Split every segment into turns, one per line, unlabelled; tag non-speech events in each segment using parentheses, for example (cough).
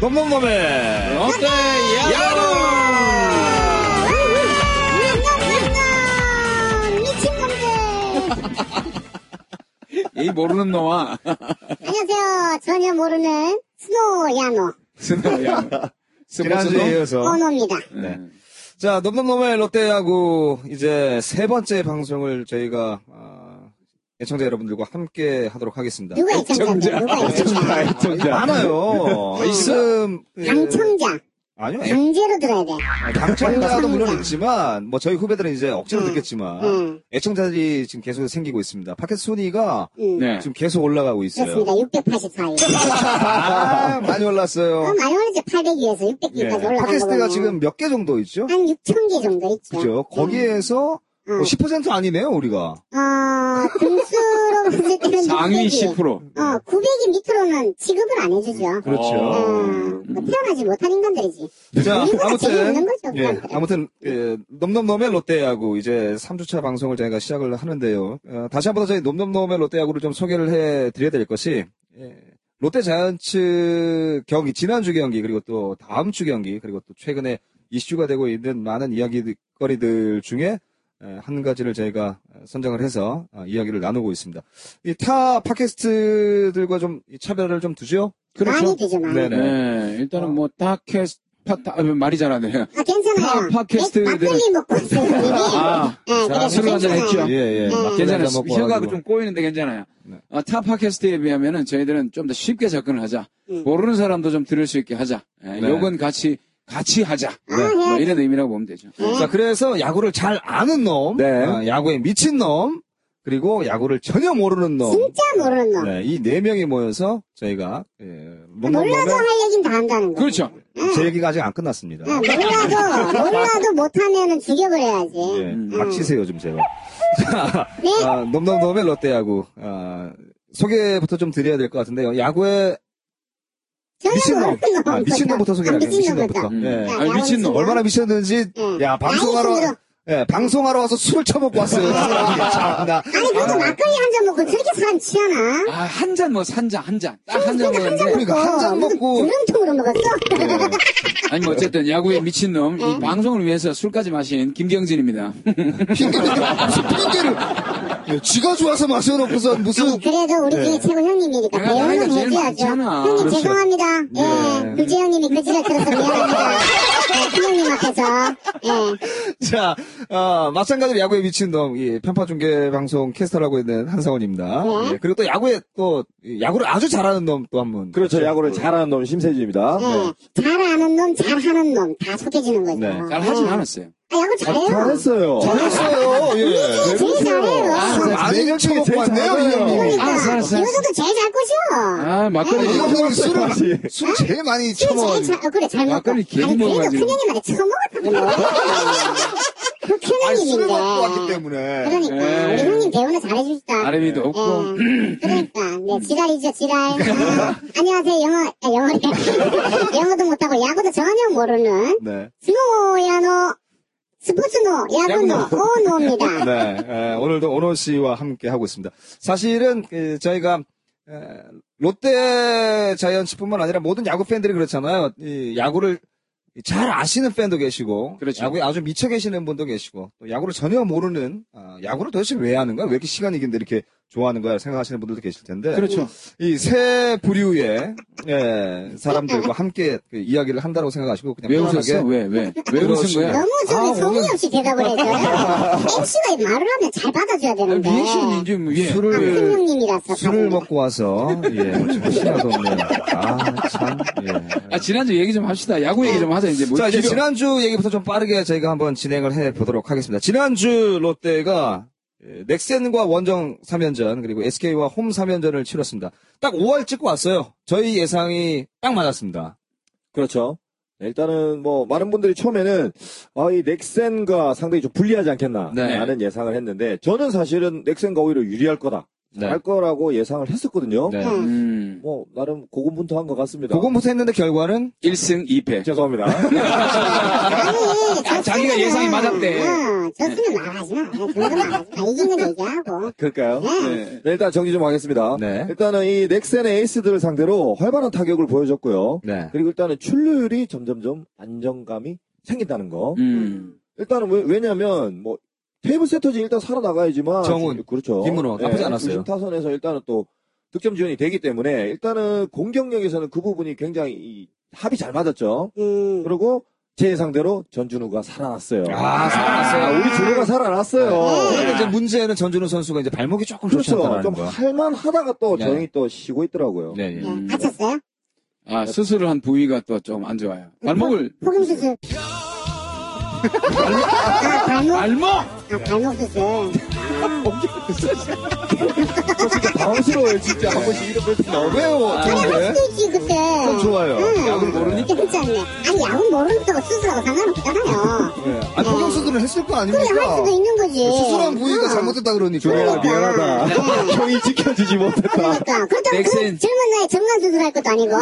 놈놈놈의
어때,
야구!
미친놈들!
이 모르는 놈아.
안녕하세요. 전혀 모르는 스노우 야노
스노야.
지난주에 이어서
언어입니다.
네. 자 놈놈놈의 롯데야구 이제 세 번째 방송을 저희가 아, 애청자 여러분들과 함께 하도록 하겠습니다.
누가 애청자인데? 누가 애청자?
많아요. 지금
예.
그-
당청자.
아니요. 애-
강제로 들어야 돼. 네.
당첨자도
당첨자.
아, 물론 있지만 뭐 저희 후배들은 이제 억지로
응,
듣겠지만
응,
애청자들이 지금 계속 생기고 있습니다. 팟캐스트 순위가
응.
네.
지금 계속 올라가고 있어요.
그렇습니다. 684위.
아, 많이
어,
올랐어요.
많이 올랐죠. 800위에서 600위까지 올라간 거
예, 네. 팟캐스트가
보면
지금 몇 개 정도 있죠?
한 6천 개 정도 있죠.
그죠? 거기에서
응.
뭐10% 아니네요, 우리가.
어, 등수로 봤을 때는
상위
600위.
10%.
어, 900위 밑로는 지급을 안 해주죠.
어.
어, 뭐 태어나지 못한 인간들이지.
그렇죠. 음. 자,
우리보다 재미없는
아무튼.
거죠.
예,
그냥.
아무튼, 예, 놈놈놈의 롯데야구, 이제 3주차 방송을 저희가 시작을 하는데요. 어, 다시 한 번 더 저희 놈놈놈의 롯데야구를 좀 소개를 해 드려야 될 것이, 예, 롯데 자이언츠 경기, 지난주 경기, 그리고 또 다음 주 경기, 그리고 또 최근에 이슈가 되고 있는 많은 이야기거리들 중에 에, 한 가지를 저희가 선정을 해서 어, 이야기를 나누고 있습니다. 이 타 팟캐스트들과 좀이 차별을 좀 두죠?
많이 되죠, 많이.
그렇죠. 네네.
네. 일단은 뭐, 다캐스, 파, 다, 아, 말이 잘 안 돼요.
아, 괜찮아요. 네,
아, 팟캐스트들은-
막- 막걸리 먹고 있어요,
(laughs)
이게.
아,
네,
자,
그래서
술을 한잔
괜찮아요.
했죠.
예, 예.
음.
막걸리
괜찮아요.
한잔 먹고
혀가
와가지고.
좀 꼬이는데 괜찮아요.
네.
아, 타 팟캐스트에 비하면은 저희들은 좀 더 쉽게 접근을 하자.
음.
모르는 사람도 좀 들을 수 있게 하자. 예,
네. 음.
요건 같이, 같이 하자.
네.
뭐 이런 의미라고 보면 되죠.
자, 그래서 야구를 잘 아는 놈,
네.
아, 야구에 미친 놈, 그리고 야구를 전혀 모르는 놈.
진짜 모르는 놈.
네, 이 네 명이 모여서 저희가 예, 롱롱롱의
몰라도 할 얘긴 다 한다는 거.
그렇죠.
제 얘기가 아직 안 끝났습니다.
네, 몰라도, 몰라도 못하면은 죽여버려야지.
예,
음.
닥치세요 좀 제발. (laughs)
네.
아, 넘넘넘의 롯데야구 아, 소개부터 좀 드려야 될 것 같은데요. 야구의
전혀
미친놈,
모르는
아,
놈부터.
미친놈부터 소개를
아,
하겠습니다. 미친놈부터.
미친놈부터.
음.
예.
야,
아니,
야구는
미친놈.
진짜-
얼마나 미쳤는지,
네. 응.
야 방송하러,
아니, 힘들어.
예, 방송하러 와서 술을 처먹고 왔어요. (laughs) 참나.
아니, 그래도 막걸리 한 잔 먹고 저렇게 사람 치잖아.
아, 한 잔 뭐, 산 잔, 한 잔. 딱 한 잔 먹었는데.
그러니까 한잔 먹고- 네.
두명통으로 먹었어?
아니, 뭐, 어쨌든, 야구의 미친놈,
음.
이 방송을 위해서 술까지 마신 김경진입니다.
핑계를 무슨 핑계를 예, 지가 좋아서 마셔놓고서 무슨
아니, 그래도 우리
네.
중에 최고 형님이니까
내가
배우는
나이가 제일
해줘야죠.
많잖아.
형님
그렇죠.
죄송합니다. 예,
네.
불재 형님이 그 지랄 들어서 미안합니다. 네, 큰 형님 앞에서. 예.
(laughs) 자, 어, 마찬가지로 야구에 미친 놈, 이 편파 중계 방송 캐스터라고 있는 한상원입니다.
네.
예, 그리고 또 야구에 또 이, 야구를 아주 잘하는 놈 또 한 분. 예.
그렇죠. 야구를 잘하는 놈 심세주입니다.
네.
네,
예. 잘아는 놈, 잘하는 놈, 다 속해지는 거죠.
네.
잘 하진
예.
않았어요.
아, 야구 잘해요.
잘했어요.
잘했어요. 예.
제일 잘해요.
아, 많이
내년 중에
처먹고
제일
왔네요, 이
잘하네요.
형이.
그러니까,
알았어, 알았어, 알았어.
요새도 제일 잘 꼬셔.
아, 막걸리.
이 형이 술을
다시.
예. 술 제일 많이
제일
처먹어.
잘, 어, 그래, 잘 먹고.
막걸리
아니,
괜히
그래도
먹어가지고.
큰 형님한테 처먹었다고. 그
아니,
큰형님인데.
술을 먹고 왔기 때문에.
그러니까,
예.
우리 형님 배우는 잘해주시다.
아래미도
예,
음.
없고.
그러니까
음.
네 지랄이죠 지랄 아, 안녕하세요 영어 아, 영어래 (laughs) 영어도 못하고 야구도 전혀 모르는
네.
스노야노 스포츠노 야구노 오노입니다
네. 예, 오늘도 오노 씨와 함께 하고 있습니다. 사실은 그, 저희가 에, 롯데 자이언츠뿐만 아니라 모든 야구 팬들이 그렇잖아요. 이 야구를 잘 아시는 팬도 계시고,
그렇죠.
야구에 아주 미쳐 계시는 분도 계시고, 또 야구를 전혀 모르는 아, 야구를 도대체 왜 하는 거야? 왜 이렇게 시간 이긴데 이렇게 좋아하는 거야? 생각하시는 분들도 계실 텐데,
그렇죠.
이 새 부류의 예, 사람들과 함께 그 이야기를 한다고 생각하시고 그냥
왜
편하게
웃었어? 왜, 왜? 왜 웃은 거야?
너무 저는
아,
성의 없이 대답을
(laughs)
해줘요 MC가 말을 하면 잘 받아줘야
아,
되는데
리액션인지, 뭐, 예.
아, 큰
어, 술을
형님이라서
술을
다행이다.
먹고 와서 예 정신나도 없네요. 아 참.
아, 지난주 얘기 좀 합시다. 야구 얘기 좀 하자, 이제. 뭐
자 이제
길어.
지난주 얘기부터 좀 빠르게 저희가 한번 진행을 해 보도록 하겠습니다. 지난주 롯데가 예, 넥센과 원정 3연전 그리고 SK와 홈 3연전을 치렀습니다. 딱 5월 찍고 왔어요. 저희 예상이 딱 맞았습니다.
그렇죠. 일단은 뭐 많은 분들이 처음에는 아, 이 넥센과 상당히 좀 불리하지 않겠나
네.
라는 예상을 했는데 저는 사실은 넥센과 오히려 유리할 거다
네.
할 거라고 예상을 했었거든요.
네.
음.
음.
뭐 나름 고군분투한 것 같습니다.
고군부터 그 했는데 결과는
1승 2패.
죄송합니다.
(laughs)
아니,
아, (laughs) 자기가 예상이 맞았대. 네.
어, 졌으면 말하지 마. 그건 말하지 마. 이기는 얘기하고.
그럴까요?
네.
네, 일단 정리 좀 하겠습니다.
네.
일단은 이 넥센의 에이스들을 상대로 활발한 타격을 보여줬고요.
네.
그리고 일단은 출루율이 점점점 안정감이 생긴다는 거.
음.
일단은 왜, 왜냐면 뭐 테이블 세터지 일단 살아나가야지만
정훈,
그렇죠.
김문호, 나쁘지 않았어요.
중심 타선에서 일단은 또 득점 지원이 되기 때문에 일단은 공격력에서는 그 부분이 굉장히 이 합이 잘 맞았죠.
음.
그리고 제 예상대로 전준우가 살아났어요.
아,
아,
살아났어요.
우리 준우가 살아났어요.
그런데 이제 문제는 전준우 선수가 이제 발목이 조금 좋지
그렇죠.
않다는
좀
거.
할만하다가 또
네.
조용히 또 쉬고 있더라고요.
네, 네.
음.
예, 다쳤어요?
아, 수술을 한 부위가 또 좀 안 좋아요. 발목을.
폭음 수술. 아, 발목?
발목!
아, 발목 수술.
당황스러워요, 진짜. 한 번씩 이런 벨트 나오면.
왜요? 좋은데?
수술지 그때.
아. 좋아요.
응.
야구를 모르니?
괜찮네. 아니, 야구 모르는 뭐 수술하고 상관없잖아요.
예. 아, 폭염 수술을 했을 거
그래, 할
아닙니까? 그
수도 있는 거지.
그러니까. 수술한 부위가
어.
잘못됐다 그러니까.
준우야, 미안하다. 형이 지켜주지 못했다.
그러니까. 그렇다고
넥센.
그 젊은 나이에 정관 수술할 것도 아니고.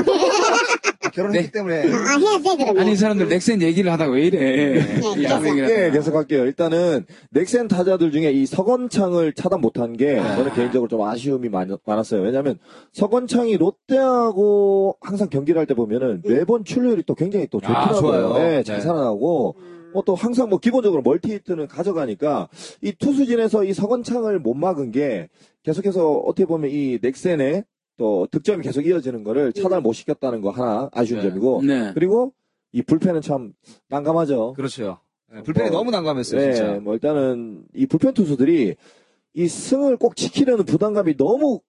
결혼했기 때문에.
아, 해야 돼, 그러면.
아니, 이 사람들 넥센 얘기를 하다가 왜
네.
이래. 그러니까. 야구 얘기를
네,
하다가.
계속할게요. 일단은 넥센 타자들 중에 이 서건창을 차단 못한 게 저는 개인적으로 좀 아쉬움이 많, 많았어요. 왜냐하면 서건창이 롯데하고 항상 경기를 할 때 보면은 매번 출루율이 또 굉장히 또
아,
좋더라고요.
좋아요.
네, 잘
네.
살아나고 뭐 또 항상 뭐 기본적으로 멀티히트는 가져가니까 이 투수진에서 이 서건창을 못 막은 게 계속해서 어떻게 보면 이 넥센의 또 득점이 계속 이어지는 거를 차단 못 시켰다는 거 하나 아쉬운 점이고
네.
그리고 이 불펜은 참 난감하죠.
그렇죠. 예, 불펜이
뭐,
너무 난감했어요,
네,
진짜.
뭐 일단은 이 불펜 투수들이 이 승을 꼭 지키려는 부담감이 너무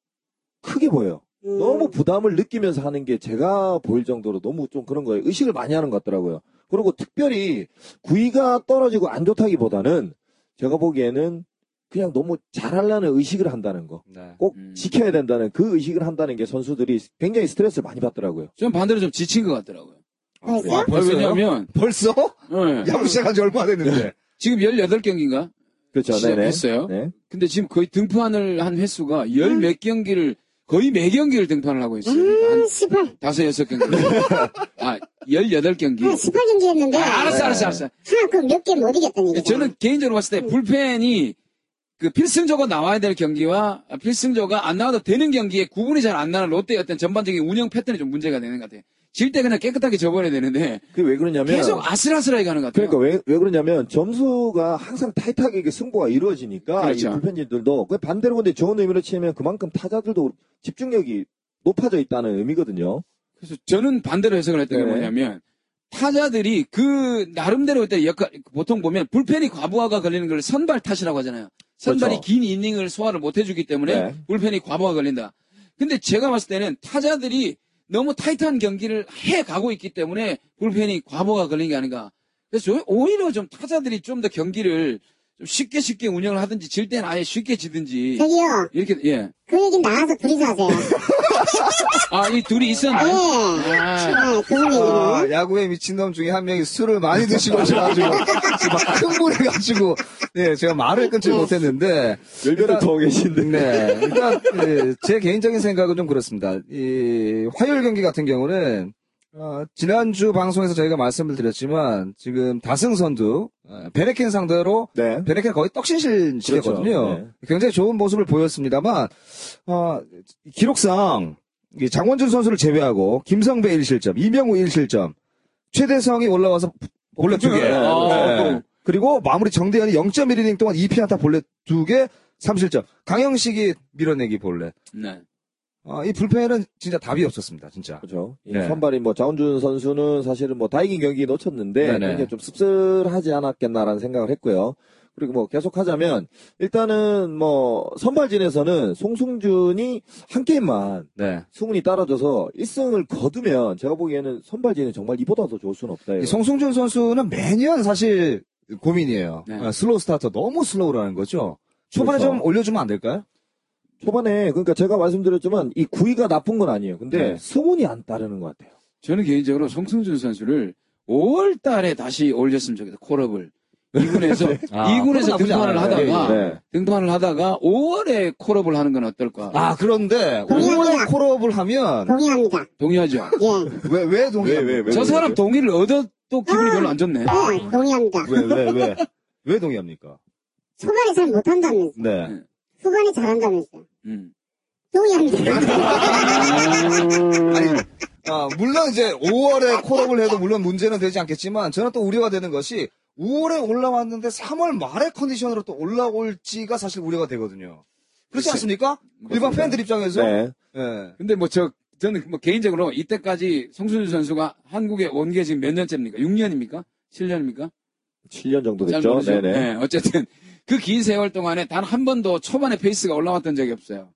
크게 보여요.
음.
너무 부담을 느끼면서 하는 게 제가 보일 정도로 너무 좀 그런 거예요. 의식을 많이 하는 것 같더라고요. 그리고 특별히 구위가 떨어지고 안 좋다기보다는 제가 보기에는 그냥 너무 잘하려는 의식을 한다는 거.
네.
꼭
음.
지켜야 된다는 그 의식을 한다는 게 선수들이 굉장히 스트레스를 많이 받더라고요.
좀 반대로 좀 지친 것 같더라고요.
벌써?
와, 아, 벌써요?
왜냐면,
벌써? (laughs)
예.
야구 시작한 지 얼마 안 됐는데.
지금 18경기인가?
그렇죠. 네네.
시작했어요.
네.
근데 지금 거의 등판을 한 횟수가
음.
열 몇 경기를, 거의 매 경기를 등판을 하고 있어요. 그러니까 한
음, 18.
다섯, 여섯
(laughs)
경기. 아, 열여덟 경기.
한 18경기 했는데.
아, 알았어, 알았어, 알았어.
하나, 그럼 몇 개 못 이겼다는
네.
얘기죠.
저는 개인적으로 봤을 때 불펜이 그 필승조가 나와야 될 경기와 필승조가 안 나와도 되는 경기에 구분이 잘 안 나는 롯데의 어떤 전반적인 운영 패턴이 좀 문제가 되는 것 같아요. 질 때 그냥 깨끗하게 접어야 되는데
그게 왜 그러냐면
계속 아슬아슬하게 가는 것 같아요.
그러니까 왜, 왜 그러냐면 점수가 항상 타이트하게 이게 승부가 이루어지니까
그렇죠.
이 불펜진들도 그 반대로 근데 좋은 의미로 치면 그만큼 타자들도 집중력이 높아져 있다는 의미거든요.
그래서 저는 반대로 해석을 했던 게
네.
뭐냐면 타자들이 그 나름대로 일단 역할 보통 보면 불펜이 과부하가 걸리는 걸 선발 탓이라고 하잖아요. 선발이
그렇죠.
긴 이닝을 소화를 못 해주기 때문에
네.
불펜이 과부하가 걸린다. 근데 제가 봤을 때는 타자들이 너무 타이트한 경기를 해 가고 있기 때문에 불펜이 과부하가 걸린 게 아닌가. 그래서 저- 오히려 좀 타자들이 좀 더 경기를 좀 쉽게 쉽게 운영을 하든지 질 때는 아예 쉽게 지든지
저기요,
이렇게 예.
그 얘기는 나와서 둘이서 하세요.
아 이 둘이
예.
있었나요? 아.
네, 그분 얘기는.
아, 야구에 미친놈 중에 한 명이 술을 많이 드시고 오셔가지고, 지금 막 흥분해가지고, 네, 제가 말을 끊지 못했는데,
열변을 더 계신데.
네, 일단, 예, 제 개인적인 생각은 좀 그렇습니다. 이, 화요일 경기 같은 경우는, 어, 지난주 방송에서 저희가 말씀을 드렸지만, 지금 다승선두, 어, 베네켄 상대로
네.
베네켄 거의 떡신신 시대거든요.
그렇죠.
굉장히 좋은 모습을 보였습니다만, 어, 기록상 이 장원준 선수를 제외하고 김성배 1실점, 이명우 1실점, 최대성이 올라와서 볼넷 두 개.
네,
네.
네.
그리고 마무리 정대현이 0.1이닝 동안 2피안타 볼넷 두 개, 3실점. 강영식이 밀어내기 볼넷.
네.
아, 이 불펜은 진짜 답이 없었습니다, 진짜.
그렇죠. 이
네.
선발이 뭐 자원준 선수는 사실은 뭐 다이긴 경기 놓쳤는데
네네.
굉장히 좀 씁쓸하지 않았겠나라는 생각을 했고요. 그리고 뭐 계속하자면 일단은 뭐 선발진에서는 송승준이 한 게임만
네.
승훈이 따라줘서 1승을 거두면 제가 보기에는 선발진이 정말 이보다 더 좋을 수는 없다.
이
이거.
송승준 선수는 매년 사실 고민이에요.
네.
아, 슬로우 스타터 너무 슬로우라는 거죠. 초반에
그렇죠.
좀 올려주면 안 될까요?
초반에 그러니까 제가 말씀드렸지만 이 구위가 나쁜 건 아니에요. 근데
네.
승훈이 안 따르는 것 같아요.
저는 개인적으로 송승준 선수를 5월 달에 다시 올렸으면 좋겠다. 콜업을. (laughs) 2군에서
아,
2군에서
그건 나쁘지
등판을
않아요.
하다가
예, 예.
네.
등판을 하다가 5월에 콜업을 하는 건 어떨까?
아, 그런데,
동의합니다.
5월에 콜업을 하면,
동의합니다.
동의하죠.
예.
왜, 왜 동의?
왜, 왜, 왜,
저
왜,
사람
왜?
동의를 얻어 또 기분이 별로 안 좋네.
네, 동의합니다.
왜, 왜, 왜? 왜 동의합니까?
초반에 잘 못한다면서.
네.
후반에 잘한다면서.
음.
동의합니다.
아, 물론 이제 5월에 콜업을 해도 물론 문제는 되지 않겠지만 저는 또 우려가 되는 것이 5월에 올라왔는데 3월 말에 컨디션으로 또 올라올지가 사실 우려가 되거든요. 그렇지
글쎄.
않습니까? 일반 팬들 입장에서.
네.
예.
근데 뭐 저 저는 뭐 개인적으로 이때까지 송순주 선수가 한국에 온 게 지금 몇 년째입니까? 6년입니까? 7년입니까?
7년 정도
잘
됐죠.
모르죠.
그렇죠? 네네.
네, 어쨌든 그 긴 세월 동안에 단 한 번도 초반에 페이스가 올라왔던 적이 없어요.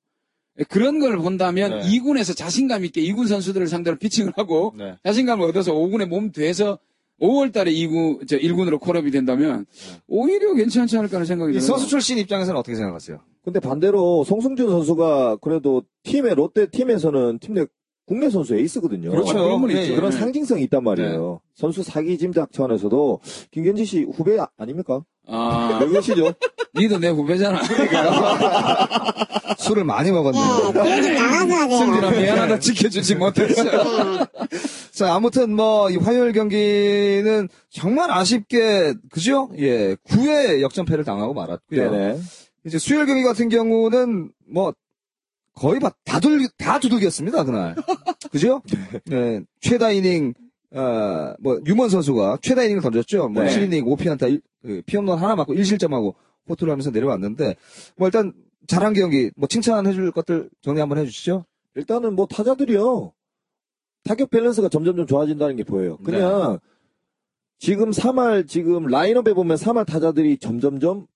그런 걸 본다면
네.
이 2군에서 자신감 있게 2군 선수들을 상대로 피칭을 하고
네.
자신감을 얻어서 5군에 몸 돼서 5월 달에 2군, 저 1군으로 콜업이 된다면 오히려 괜찮지 않을까 하는 생각이
이
들어요.
선수 출신 입장에서는 어떻게 생각하세요?
근데 반대로 송승준 선수가 그래도 팀의 롯데 팀에서는 팀 내 국내 선수 에이스거든요.
그렇죠. 그런 건
예,
있죠.
예.
그런
네.
상징성이 있단 말이에요. 선수 사기 짐작 차원에서도 김현지 씨 후배 아- 아닙니까?
아,
몇몇이죠?
니도 내 후배잖아. 그렇죠.
술을 많이
예,
먹었네요.
그런 좀 나가줘야 돼요.
승진아 미안하다 지켜주지 못했어.
예.
자, 아무튼 뭐, 이 화요일 경기는 정말 아쉽게, 그죠? 예, 9회 역전패를 당하고 말았고요.
(laughs) 네네.
이제 수요일 경기 같은 경우는 뭐 거의 다, 다, 들, 다 두들겼습니다 그날 그죠? 네, 최다 이닝 어, 뭐 유먼 선수가 최다 이닝을 던졌죠 뭐
네.
7이닝 5피안타 일- 그, 피홈런 하나 맞고 1실점하고 포투를 하면서 내려왔는데 뭐 일단 잘한 경기 뭐 칭찬해 줄 것들 정리 한번 해주시죠
일단은 뭐 타자들이요. 타격 밸런스가 점점 좀 좋아진다는 게 보여요.
네.
그냥 지금 3할 지금 라인업에 보면 3할 타자들이 점점점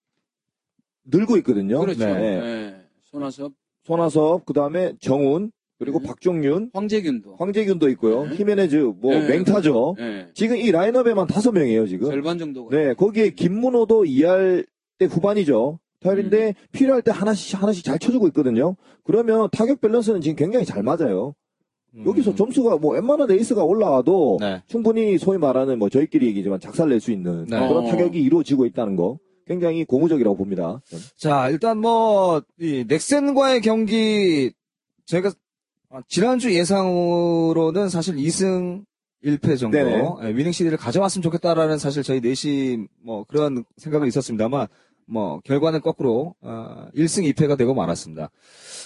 늘고 있거든요.
그렇죠.
네.
네. 손아섭,
손아섭, 그 다음에 정훈, 그리고
네.
박종윤,
황재균도.
황재균도 있고요.
네.
히메네즈, 뭐,
네.
맹타죠.
네.
지금 이 라인업에만 다섯 명이에요, 지금.
절반 정도가.
네, 거기에 김문호도 2할 때 후반이죠. 타율인데
음.
필요할 때 하나씩, 하나씩 잘 쳐주고 있거든요. 그러면 타격 밸런스는 지금 굉장히 잘 맞아요.
음.
여기서 점수가 뭐 웬만한 에이스가 올라와도
네.
충분히 소위 말하는 뭐 저희끼리 얘기지만 작살 낼 수 있는
네.
그런
어.
타격이 이루어지고 있다는 거 굉장히 고무적이라고 봅니다.
자 일단 뭐이 넥센과의 경기 저희가 아, 지난주 예상으로는 사실 2승 1패 정도
네네.
예, 위닝 시리를 가져왔으면 좋겠다라는 사실 저희 내심 뭐 그런 생각은 있었습니다만 뭐 결과는 거꾸로 아, 1승 2패가 되고 말았습니다.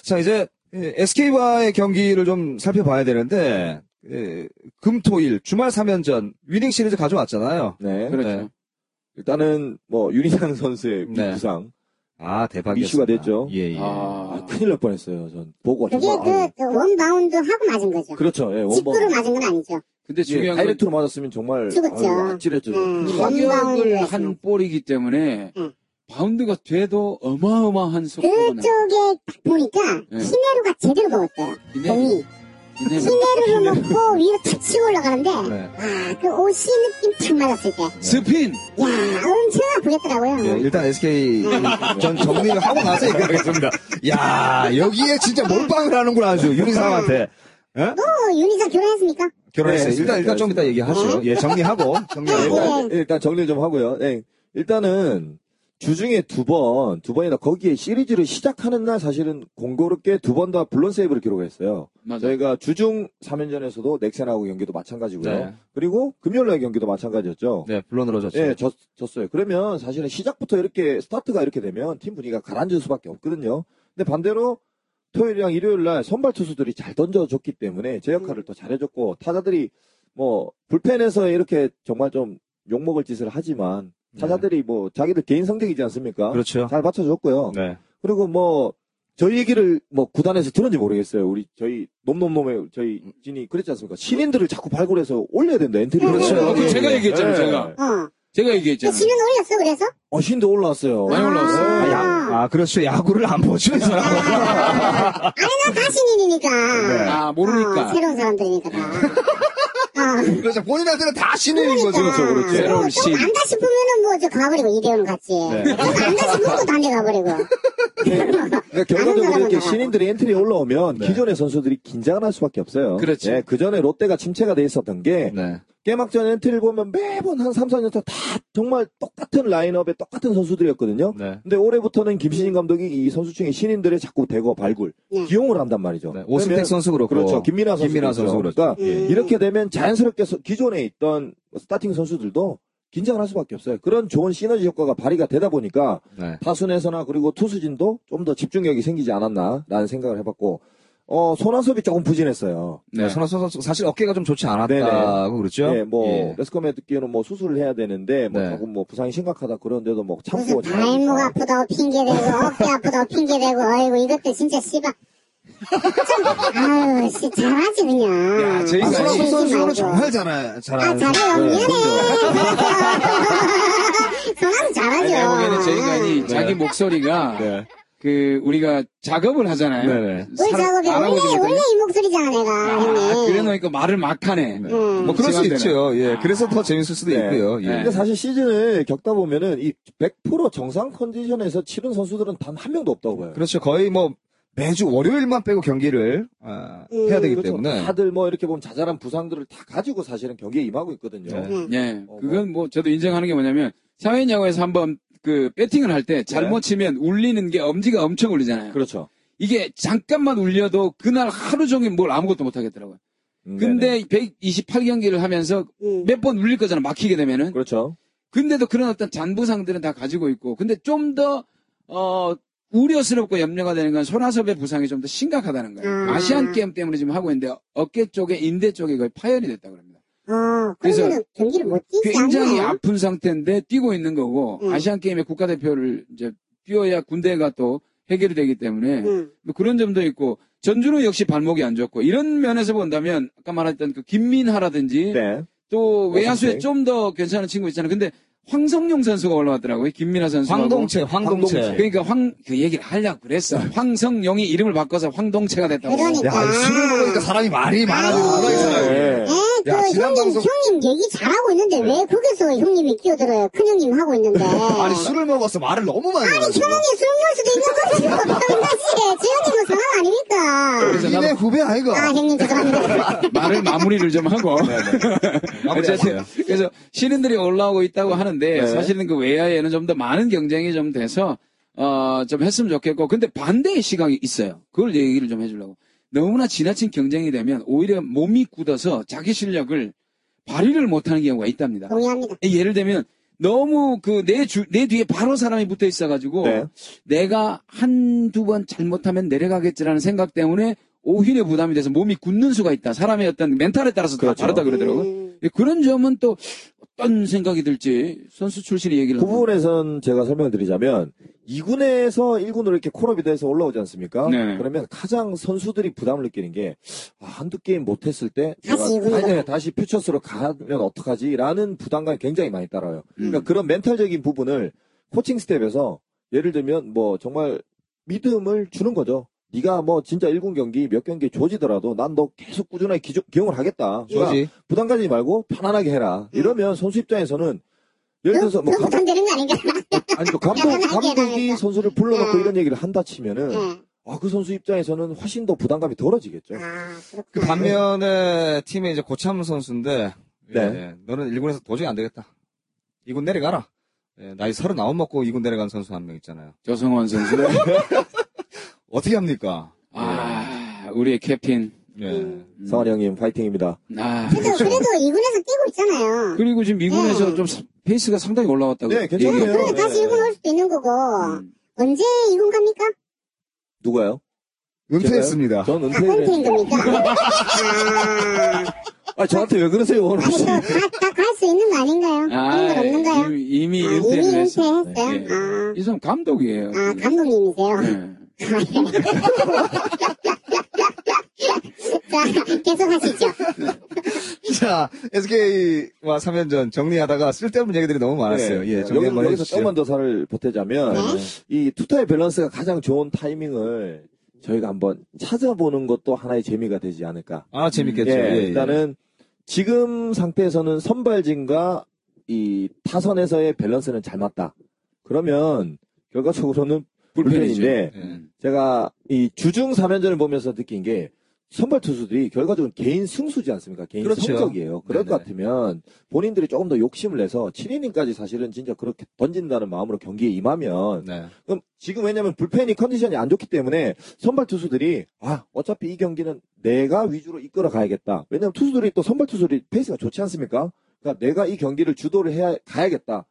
자 이제 SK와의 경기를 좀 살펴봐야 되는데 예, 금토일 주말 3연전 위닝 시리즈 가져왔잖아요.
네.
그렇죠.
네.
일단은 뭐 윤희상 (laughs) 선수의
네.
부상
아 대박이었습니다.
이슈가 됐죠.
예, 예.
아,
아, 큰일 날 뻔했어요. 전 보고
그게
정말 아우.
그, 원 바운드 하고 맞은 거죠.
그렇죠. 예,
직구로
원본
맞은 건 아니죠.
근데 네,
예,
중요한 건
다이렉트로 맞았으면 정말
죽었죠.
아유, 아찔했죠.
음.
큰일 났-
타격을 음.
원바운드에서.
한 볼이기 때문에
응.
바운드가 돼도 어마어마한 속도가 나.
그쪽에 딱 보니까
네.
히메루가 제대로 먹었대요.
이네,
공이.
이네.
히메루를 먹고 위로 탁 치고 올라가는데
네.
아, 그 OC 느낌 탁 맞았을 때.
스핀.
야, 엄청 아프겠더라고요.
예, 일단 SK 전 정리를 하고 나서 얘기하겠습니다. 야 여기에 진짜 몰빵을 하는구나 아주 유리상한테
어, 윤희상 결혼했습니까?
결혼했어요.
네, 어?
일단 일단 좀 이따 얘기하죠. 예 정리하고 정리하고
네.
일단, 일단 정리를 좀 하고요. 예, 일단은 주중에 두 번, 두 번이나 거기에 시리즈를 시작하는 날 사실은 공교롭게 두 번 다 블론 세이브를 기록했어요.
맞아. 요
저희가 주중 3연전에서도 넥센하고 경기도 마찬가지고요.
네.
그리고 금요일 날 경기도 마찬가지였죠.
네 불론으로 졌죠.
예, 졌, 졌어요. 그러면 사실은 시작부터 이렇게 스타트가 이렇게 되면 팀 분위기가 가라앉을 수밖에 없거든요. 근데 반대로 토요일이랑 일요일 날 선발 투수들이 잘 던져줬기 때문에 제 역할을
음.
또 잘해줬고 타자들이 뭐 불펜에서 이렇게 정말 좀 욕먹을 짓을 하지만 타자들이 뭐 자기들 개인 성적이지 않습니까?
네. 그렇죠.
잘 받쳐줬고요.
네.
그리고 뭐 저희 얘기를 뭐 구단에서 들은지 모르겠어요. 우리 저희 놈놈놈의 저희 진이 그랬지 않습니까? 신인들을 자꾸 발굴해서 올려야 된다 엔트리.
그렇죠.
그 제가 얘기했잖아요, 제가.
어.
제가
근데
얘기했잖아요.
지금 올렸어, 그래서?
어 신도 올라왔어요.
많이 올라왔어요.
아, 야, 아 그렇죠. 야구를 안 보죠 이 사람.
아, 아니, 나다 신인이니까.
네.
아,
어,
모르니까.
새로운 사람들이니까
(laughs)
다. 어.
그렇죠. 본인한테는 다 신인인 거죠.
그렇죠. 새로운 네.
뭐,
신.
좀 안다 싶으면은 뭐, 저 가버리고, 이대훈 같이. 좀 안다 싶으면 또 단대
(laughs)
가버리고.
아.
그러니까 결과적으로
다른 사람은
이렇게 신인들이 엔트리에 올라오면
네.
기존의 선수들이 긴장을 할 수밖에 없어요. 예,
그렇죠.
그 전에 롯데가 침체가 돼 있었던 게
네.
개막전 엔트리를 보면 매번 한 3, 4년 다 정말 똑같은 라인업에 똑같은 선수들이었거든요.
네.
근데 올해부터는 김신인 감독이 이 선수층의 신인들을 자꾸 대거 발굴,
네.
기용을 한단 말이죠.
네. 오스택 선수 그렇고.
그렇죠. 김민아 선수.
김민아 선수 그렇죠.
그러니까
예,
음.
이렇게 되면 자연스럽게 서- 기존에 있던 스타팅 선수들도 긴장을 할 수밖에 없어요. 그런 좋은 시너지 효과가 발휘가 되다 보니까
네.
타순에서나 그리고 투수진도 좀 더 집중력이 생기지 않았나라는 생각을 해봤고 어 손아섭이 조금 부진했어요.
네. 손아섭 선수 사실 어깨가 좀 좋지 않았다고
네네.
그렇죠.
네, 뭐
예.
매스컴에 듣기에는 뭐 수술을 해야 되는데 뭐
네.
조금 뭐 부상이 심각하다 그런데도 뭐 참고
무슨 발목
잘하니까.
아프다고 핑계대고 어깨 아프다고 핑계대고 아이고 이것도 진짜 씨발 참 아유 씨 잘하지 그냥
야,
아,
제이가
손아섭
손아섭
말고.
선수는 정말 잘
아
잘하는
잘해요
네,
선수예요.
(laughs) 미안해 손아섭 잘하죠
내가 보기에는 제이간이
네.
자기 목소리가
네.
그 우리가 작업을 하잖아요.
네네.
우리
사람
작업이
안 하고
원래
있거든요.
원래 이 목소리잖아 내가
아, 그래
형님
놓으니까 말을 막 하네.
네.
음.
뭐 그럴 수
시간대는.
있죠. 예. 그래서 더 재밌을 수도
네.
있고요. 예.
근데 사실 시즌을 겪다 보면은 이 100% 정상 컨디션에서 치른 선수들은 단 한 명도 없다고 봐요.
그렇죠. 거의 뭐 매주 월요일만 빼고 경기를 아,
음,
해야 되기
그렇죠.
때문에
다들 뭐 이렇게 보면 자잘한 부상들을 다 가지고 사실은 경기에 임하고 있거든요.
네.
음.
예.
어,
그건 뭐 저도 인정하는 게 뭐냐면 사회인 야구에서 한번 그 배팅을 할
네.
때 잘못 치면 울리는 게 엄지가 엄청 울리잖아요.
그렇죠.
이게 잠깐만 울려도 그날 하루 종일 뭘 아무것도 못 하겠더라고요.
음,
근데 128경기를 하면서
음.
몇 번 울릴 거잖아. 막히게 되면은.
그렇죠.
근데도 그런 어떤 잔부상들은 다 가지고 있고. 근데 좀 더, 어, 우려스럽고 염려가 되는 건 손아섭의 부상이 좀 더 심각하다는 거예요.
음.
아시안 게임 때문에 지금 하고 있는데 어깨 쪽에 인대 쪽에 거의 파열이 됐다고 합니다.
어
그래서
그러면 경기를 못 뛰지
굉장히
않나요?
아픈 상태인데 뛰고 있는 거고
음.
아시안 게임에 국가대표를 이제 뛰어야 군대가 또 해결이 되기 때문에
음.
뭐 그런 점도 있고 전준우 역시 발목이 안 좋고 이런 면에서 본다면 아까 말했던 그 김민하라든지
네.
어,
또 외야수에
오성택.
좀 더 괜찮은 친구 있잖아요. 근데 황성용 선수가 올라왔더라고요. 김민하 선수.
황동체,
황동체.
황동체.
그러니까 황 그 얘기를 하려고 그랬어.
네.
황성용이 이름을 바꿔서 황동체가 됐다고.
그러니까.
야, 술을 먹으니까 사람이
음.
말이 예. 많아서
아유.
돌아있어요.
네.
예, 에그
야, 지난
형님
방송-
형님 얘기 잘하고 있는데 왜 거기서 형님이 끼어들어요 큰 형님 하고 있는데
아니, 술을 먹어서 말을 너무 많이 해가지고.
형이 술 먹을 수도 있는 거거든요. 당시에 지현이 뭐 상황 아닙니까?
그래서
니네
나도
후배 아이가.
아
음.
형님 죄송합니다.
말을 마무리를
(laughs)
좀 하고.
네, 마무리하세요.
어쨌든 그래서 신인들이 올라오고 있다고 하는데
네.
사실은 그 외야에는 좀 더 많은 경쟁이 좀 돼서 어, 좀 했으면 좋겠고 근데 반대의 시각이 있어요. 그걸 얘기를 좀 해주려고. 너무나 지나친 경쟁이 되면 오히려 몸이 굳어서 자기 실력을 발휘를 못하는 경우가 있답니다.
동의합니다.
예를 들면 너무 그 내 주, 내 뒤에 바로 사람이 붙어 있어가지고
네.
내가 한두 번 잘못하면 내려가겠지라는 생각 때문에 오히려 부담이 돼서 몸이 굳는 수가 있다. 사람의 어떤 멘탈에 따라서
그렇죠.
다 다르다 그러더라고요.
음,
예, 그런 점은 또 어떤 생각이 들지 선수 출신이 얘기를
그 부분에선 제가 설명을 드리자면 2군에서 1군으로 이렇게 콜업이 돼서 올라오지 않습니까?
네.
그러면 가장 선수들이 부담을 느끼는 게 아, 한두 게임 못했을 때
다시
내가
이군으로
다- 네, 다시 퓨처스로 가면 어떡하지? 라는 부담감이 굉장히 많이 따라요. 그러니까
음.
그런 멘탈적인 부분을 코칭 스텝에서 예를 들면 뭐 정말 믿음을 주는 거죠. 네가 뭐 진짜 1군 경기 몇 경기 조지더라도 난 너 계속 꾸준하게 기용을 하겠다.
예.
그러니까
조지.
부담 가지지 말고 편안하게 해라. 이러면 선수 입장에서는 예를 들어서 뭐
음. 그거
감-
부담되는 거 아닌가?
아니 또 감독
약간 하게
감독이
해달라니까.
선수를 불러놓고
예.
이런 얘기를 한다 치면은
네.
아 그 선수 입장에서는 훨씬 더 부담감이 덜어지겠죠.
아
그
그렇구나.
반면에 팀에 이제 고참 선수인데, 예,
네.
너는 1군에서 도저히 안 되겠다. 2군 내려가라. 예, 나이 39 먹고 2군 내려간 선수 한 명 있잖아요.
조성원 선수.
네.
어떻게 합니까?
아 우리의 캡틴.
예.
음.
음.
네. 성환이 형님 파이팅입니다.
아
그래도 그래도 이군에서 뛰고 있잖아요.
그리고 지금 미군에서
네.
좀 사- 페이스가 상당히 올라왔다고.
음. 네, 괜찮아요.
얘기해요.
그래서 다시
네.
이군 올 수도 있는 거고
음.
언제 이군 갑니까?
누가요?
은퇴했습니다.
전
아 팬트인
은퇴를.
겁니까?
아 저한테 왜 그러세요 오늘?
아니 그러니까 또다갈 수 있는 거 아닌가요? 그런 건 없는가요?
이미, 이미
아,
은퇴를
이미
했어.
은퇴했어요?
예.
아.
이 사람 감독이에요.
아 감독님이세요.
예.
(laughs) 자 계속 하시죠.
(laughs) 자, SK와 3연전 정리하다가 쓸데없는 얘기들이 너무 많았어요.
네.
예,
여기-
정리 한번
여기서
해주시죠.
조금만 더 살을 보태자면
네.
이 투타의 밸런스가 가장 좋은 타이밍을 저희가 한번 찾아보는 것도 하나의 재미가 되지 않을까.
아, 재밌겠죠.
예,
예, 예.
일단은 지금 상태에서는 선발진과 이 타선에서의 밸런스는 잘 맞다. 그러면 결과적으로는
불펜이죠. 네. 음.
불펜인데
예.
제가 이 주중 3연전을 보면서 느낀 게 선발 투수들이 결과적으로 개인 승수지 않습니까? 개인
그렇죠.
성적이에요. 그럴 것
네네.
같으면 본인들이 조금 더 욕심을 내서 7이닝까지 사실은 진짜 그렇게 던진다는 마음으로 경기에 임하면
네.
그럼 지금 왜냐면 불펜이 컨디션이 안 좋기 때문에 선발 투수들이 아 어차피 이 경기는 내가 위주로 이끌어 가야겠다. 왜냐면 투수들이 또 선발 투수들이 페이스가 좋지 않습니까? 그러니까 내가 이 경기를 주도를 해야 가야겠다.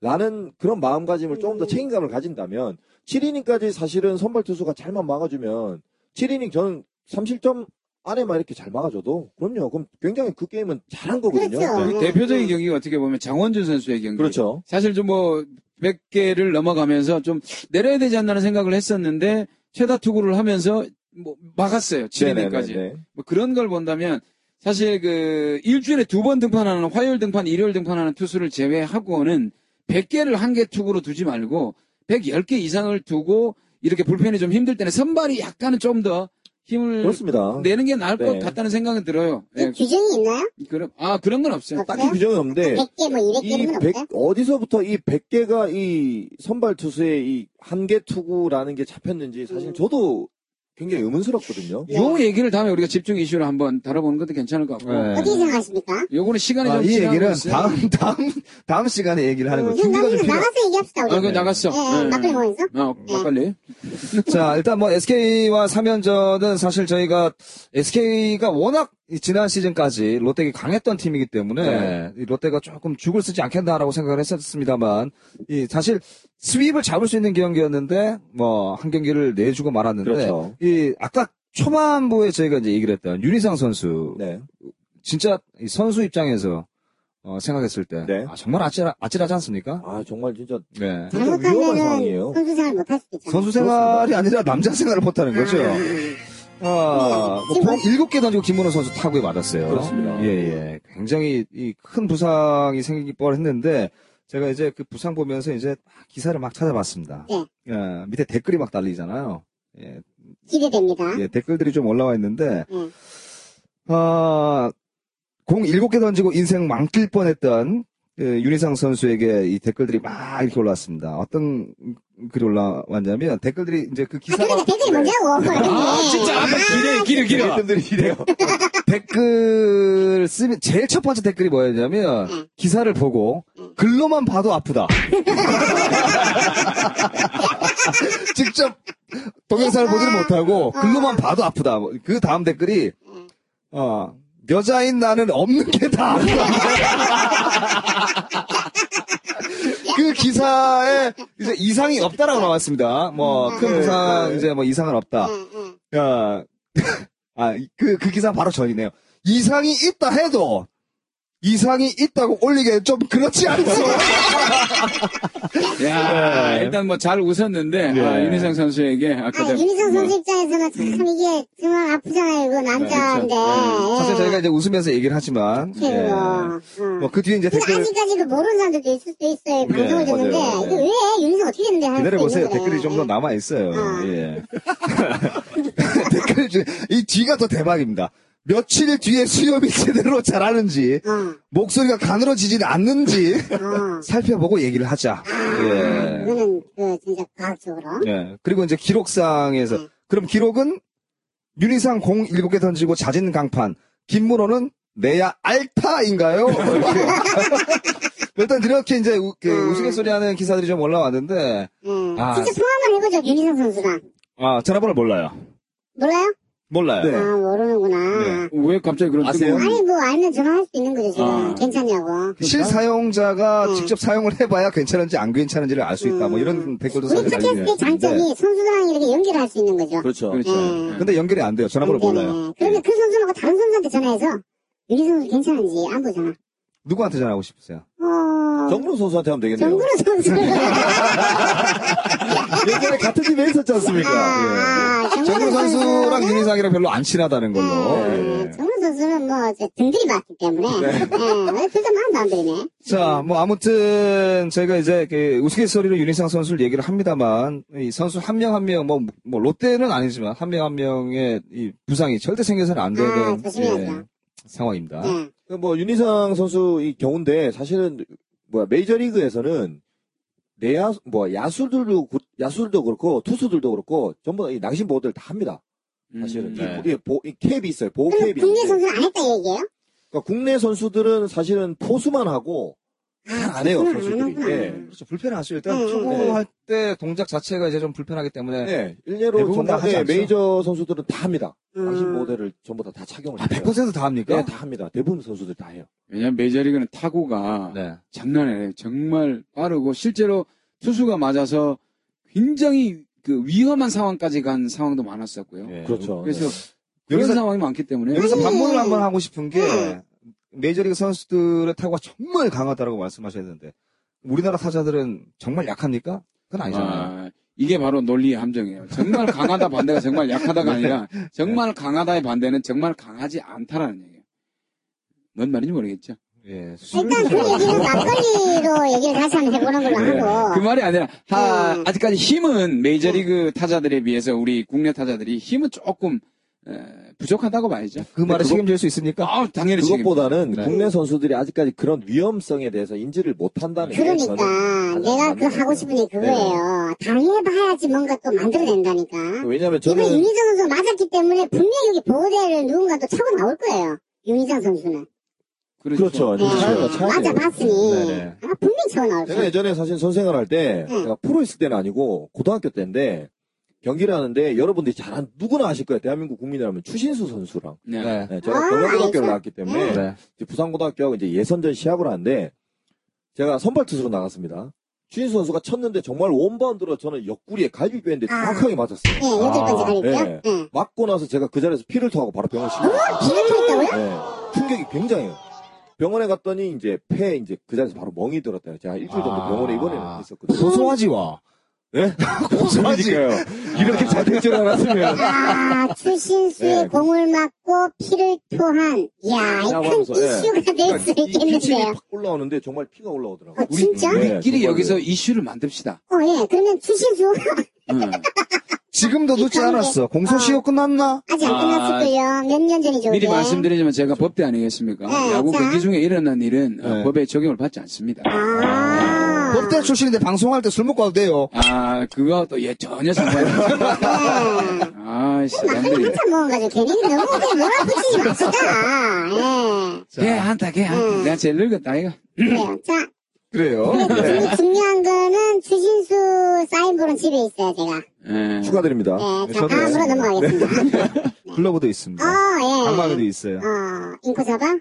라는 그런 마음가짐을 조금 더 책임감을 가진다면 7이닝까지 사실은 선발 투수가 잘만 막아주면 7이닝 저는 3실점 안에만 이렇게 잘 막아줘도 그럼요. 그럼 굉장히 그 게임은 잘한 거거든요.
그렇죠.
네.
그 대표적인 경기가 어떻게 보면 장원준 선수의 경기.
그렇죠.
사실 좀 뭐 100개를 넘어가면서 좀 내려야 되지 않나는 생각을 했었는데 최다 투구를 하면서 뭐 막았어요. 7이닝까지.
네네네.
뭐 그런 걸 본다면 사실 그 일주일에 두 번 등판하는 화요일 등판, 일요일 등판하는 투수를 제외하고는 100개를 한 개 투구로 두지 말고 110개 이상을 두고 이렇게 불펜이 좀 힘들 때는 선발이 약간은 좀 더 힘을
그렇습니다.
내는 게 나을 것
네. 그렇죠.
같다는 생각은 들어요.
이
예,
규정이 있나요?
그럼 아 그런 건 없어요.
딱히 규정은
음.
없는데
100개 뭐 200개
네. 이
이런 건
백-
없어요?
어디서부터 이 100개가 이 선발 투수의 이 한계 투구라는 게 잡혔는지
음.
사실 저도 굉장히 의문스럽거든요.
예.
요 얘기를 다음에 우리가 집중 이슈로 한번 다뤄보는 것도 괜찮을 것 같고.
네.
어떻게 생각하십니까?
요거는 시간이
아,
좀
이
지나고
얘기는
있어요.
다음, 다음, 다음 시간에 얘기를 하는
음,
거예요.
그럼
준비가 좀
나중에
필요하
나가서 얘기합시다
아,
우리.
그 나갔어.
예, 예,
네.
막걸리 먹으면서.
어, 막걸리.
자, 일단 뭐 SK와 3연전은 사실 저희가 SK가 워낙 이 지난 시즌까지 롯데가 강했던 팀이기
네.
때문에 이 롯데가 조금 죽을 쓰지 않겠다라고 생각을 했었습니다만 이 사실 스윕을 잡을 수 있는 경기였는데 뭐 한 경기를 내주고 말았는데
그렇죠.
이 아까 초반부에 저희가 이제 얘기를 했던 윤희상 선수
네.
진짜 이 선수 입장에서 어, 생각했을 때
네.
아, 정말 아찔하, 아찔하지 않습니까?
아 정말 진짜
네.
진짜 위험한 상황이에요.
잘못하면은 선수 생활 못할 수도
그,
있잖아요.
선수 그렇죠. 생활이 아니라 남자 생활을 못하는
네.
거죠.
아, 아, 아.
아, 뭐 공 일곱 개 던지고 김문호 선수 타구에 맞았어요.
어, 그렇습니다.
예, 예. 굉장히 이 큰 부상이 생기기 뻔했는데 제가 이제 그 부상 보면서 이제 막 기사를 막 찾아봤습니다.
네.
예, 밑에 댓글이 막 달리잖아요. 예,
기대됩니다.
아?
예, 댓글들이 좀 올라와 있는데
예.
네.
아, 공 일곱 개 던지고 인생 망칠 뻔했던 그 윤희상 선수에게 이 댓글들이 막 이렇게 올라왔습니다. 어떤 글이 올라왔냐면 댓글들이 이제 그
아,
기사가
그러니까 댓글이 먼저고.
아, 진짜 아까 기대 기대 기대.
댓글들이 래요
댓글 쓰면 제일 첫 번째 댓글이 뭐였냐면
응.
기사를 보고
응.
글로만 봐도 아프다.
(laughs)
직접 동영상을 보지는 못하고 글로만 봐도 아프다. 뭐그 다음 댓글이
응.
어, 여자인 나는 없는 게 다.
(laughs)
그 기사에 이제 이상이 없다라고 나왔습니다. 뭐 큰
네,
부상
네.
이제 뭐 이상은 없다.
응, 응.
야, (laughs) 아, 그, 그 기사 바로 전이네요. 이상이 있다 해도, 이상이 있다고 올리기엔 좀 그렇지 않소?
야,
네.
일단 뭐 잘 웃었는데
네.
아, 윤희상 선수에게
아,
아까 제가
윤희성
뭐,
선수 입장에서는
음.
참 이게 정말 아프잖아요. 이거 남자인데.
네, 그렇죠. 사실
예.
저희가 이제 웃으면서 얘기를 하지만,
그리고,
예.
응.
뭐 그 뒤에 이제
근데
댓글,
아직까지도 모르는 사람들도 있을 수도 있어요.
네,
방송을 듣는데
맞아요.
이거 왜 윤희성 어떻게 됐는데 할 수도
기다려보세요.
있는
댓글이 좀 더
거잖아요.
남아있어요.
아.
예. (laughs) 댓글 중, 이 뒤가 더 대박입니다. 며칠 뒤에 수염이 제대로 자라는지, 목소리가 가늘어지진 않는지,
어, 어.
살펴보고 얘기를 하자. 예.
이거는 그 진짜 과학적으로.
예. 그리고 이제 기록상에서
네.
그럼 기록은 윤희상 공 7개 던지고 자진 강판. 김문호는 내야 알타인가요?
(laughs)
일단 이렇게 이제 우, 그
음.
우스갯소리 하는 기사들이 좀 올라왔는데
예.
아.
진짜 통화만 해보죠 윤희성 선수랑.
아, 전화번호 몰라요.
몰라요?
몰라요.
네.
아 모르는구나.
네.
왜 갑자기 그런
아세요?
뜨거운-
아니 뭐 알면 전화할 수 있는 거죠 지금
아.
괜찮냐고
실 사용자가
음.
직접 사용을 해봐야 괜찮은지 안 괜찮은지를 알 수 있다. 뭐 이런
음.
댓글도
우리
사실
팟캐스트의
달리네요.
장점이 선수랑 이렇게 연결할 수 있는 거죠
그렇죠.
그렇죠.
음.
예.
근데 연결이 안 돼요. 전화번호
네,
몰라요.
네. 그런데 그 선수하고 다른 선수한테 전화해서 유리 선수 괜찮은지 안 보잖아
누구한테 전화하고 싶으세요?
어...
정근호 선수한테 하면 되겠네요. 아,
정근호 선수
예전에 같은 팀에 있었지 않습니까? 예.
아,
정우 선수랑 윤희상이랑 별로 안 친하다는 걸로.
네.
예.
정근호 선수는 뭐 이제 등들이 맞기 때문에 네. 둘다 마음도 안 들이네
자, 뭐 아무튼 저희가 이제 그 우스갯소리로 윤희상 선수를 얘기를 합니다만 이 선수 한 명 한 명 뭐 뭐 롯데는 아니지만 한 명 한 명의 이 부상이 절대 생겨서는 안 되는 예,
아, 조심해야죠.
상황입니다.
네.
예. 뭐 윤희상 선수 이 경우인데 사실은 뭐야 메이저리그에서는 내야 뭐 야수들도 그- 야수들도 그렇고 투수들도 그렇고 전부 다이 낚심 보호들 다 합니다.
음.
사실은.
네.
이, 이 보- 이 캡이 있어요. 보호
음. 그럼
캡이.
국내
있는데.
선수는 안 했다 얘기예요?
그러니까 국내 선수들은 사실은 포수만 하고 잘 안 해요,
아,
선수들이.
그렇구나.
예.
그렇죠. 불편하죠. 일단
음, 음,
초보할 때 동작 자체가 이제 좀 불편하기 때문에
네, 일례로
대부분 다
정말
하지
예,
않죠?
메이저 선수들은 다 합니다. 당신
음.
모델을 전부 다 다 착용을
아,
해요.
100%다 합니까?
네, 다 합니다. 대부분 선수들 다 해요.
왜냐면 메이저리그는 타구가
네.
장난 아니에요. 정말 빠르고 실제로 투수가 맞아서 굉장히 그 위험한 상황까지 간 상황도 많았었고요.
네.
그렇죠.
그래서 그런
여기서
상황이 많기 때문에
여기서
음.
반문을 한번 하고 싶은 게
음.
메이저리그 선수들의 타구가 정말 강하다라고 말씀하셨는데 우리나라 타자들은 정말 약합니까? 그건 아니잖아요.
아, 이게 바로 논리의 함정이에요. 정말 강하다 반대가 정말
(laughs)
약하다가
네.
아니라 정말 강하다의 반대는 정말 강하지 않다라는 얘기예요. 뭔 말인지 모르겠죠.
예.
일단 그 얘기는 막걸리로 얘기를 다시 한번 해보는 걸로
네.
하고.
그 말이 아니라 하-
음.
아직까지 힘은 메이저리그 타자들에 비해서 우리 국내 타자들이 힘은 조금 에, 부족하다고 봐야죠.
그 말에
그거-
책임질 수 있습니까?
아, 당연히 지금
그것보다는
네.
국내 선수들이 아직까지 그런 위험성에 대해서 인지를 못한다는 게
그러니까
저는
내가
가장
그 하고 싶은 게 그거예요. 당해봐야지 뭔가 또 만들어낸다니까. 이번에
왜냐면 저는
윤희정 선수가 맞았기 때문에 분명히 여기 보호대를 누군가 또 차고 나올 거예요. 윤희정 선수는.
그렇죠.
네.
차이가 차이가
맞아 봤으니
네네.
아마 분명히 차고 나올
제가
거예요.
예전에 사실 선생을 할 때,
응.
제가 프로 있을 때는 아니고, 고등학교 때인데, 경기를 하는데, 여러분들이 잘, 누구나 아실 거예요. 대한민국 국민이라면 추신수 선수랑.
네.
네.
네, 제가
아, 알죠.
경남고등학교를 나왔기 때문에,
네.
이제 부산고등학교하고 이제 예선전 시합을 하는데, 제가 선발투수로 나갔습니다. 추신수 선수가 쳤는데, 정말 원바운드로 저는 옆구리에 갈비뼈인데
아.
정확하게 맞았어요.
예, 여덟 번째 가릴게요.
네. 맞고 나서 제가 그 자리에서 피를 토하고 바로
아.
병원 실려
비를 쳤다고요?
네, 충격이 굉장해요. 병원에 갔더니 이제 폐에 이제 그 자리에서 바로 멍이 들었대요. 제가 일주일 정도
아.
병원에 입원해 있었거든요.
고소하지와. (laughs) 예? 고소하지. 아, 네.
그러니까요. 어, 이렇게 잘 될 줄 알았으면.
아, 추신수의
네.
공을 맞고 피를 토한. 이야,
야,
이큰 네.
맞아서, 예.
그러니까 이슈가 될 수
기침이
있겠는데요.
어, 확 올라오는데 정말 피가 올라오더라고요.
어, 진짜?
네,
우리끼리
정말로.
여기서 이슈를 만듭시다. 네.
어, 예. 그러면 추신수 (laughs)
응.
음.
지금도 늦지 않았어.
아.
공소시효 끝났나?
아직 안
아,
끝났을걸요. 몇 년 전이죠.
미리
그게.
말씀드리지만 제가 법대 아니겠습니까?
네,
야구
음. 자.
그 경기 중에 일어난 일은 어,
네.
법에 적용을 받지 않습니다.
아.
법대 출신인데 방송할 때 술 먹고 와도 돼요.
아, 그거 또 예, 전혀 상관이 없어요.
예.
아, 씨,
막 한참
사람들이.
한참 먹어가지고 괜히 너무 그냥 뭐라 붙이지 맙시다. 예.
자,
걔 한다, 걔 한다.
음.
내가 제일 늙었다, 이거.
그래요. 자,
그래요.
그래도 중- 중요한 거는 추신수 사인볼은 집에 있어요, 제가.
예.
축하드립니다.
예, 자,
저도요.
다음으로 넘어가겠습니다.
(laughs) 글러브도 있습니다.
어,
아.
예.
방망이도 있어요.
어, 인코 사방?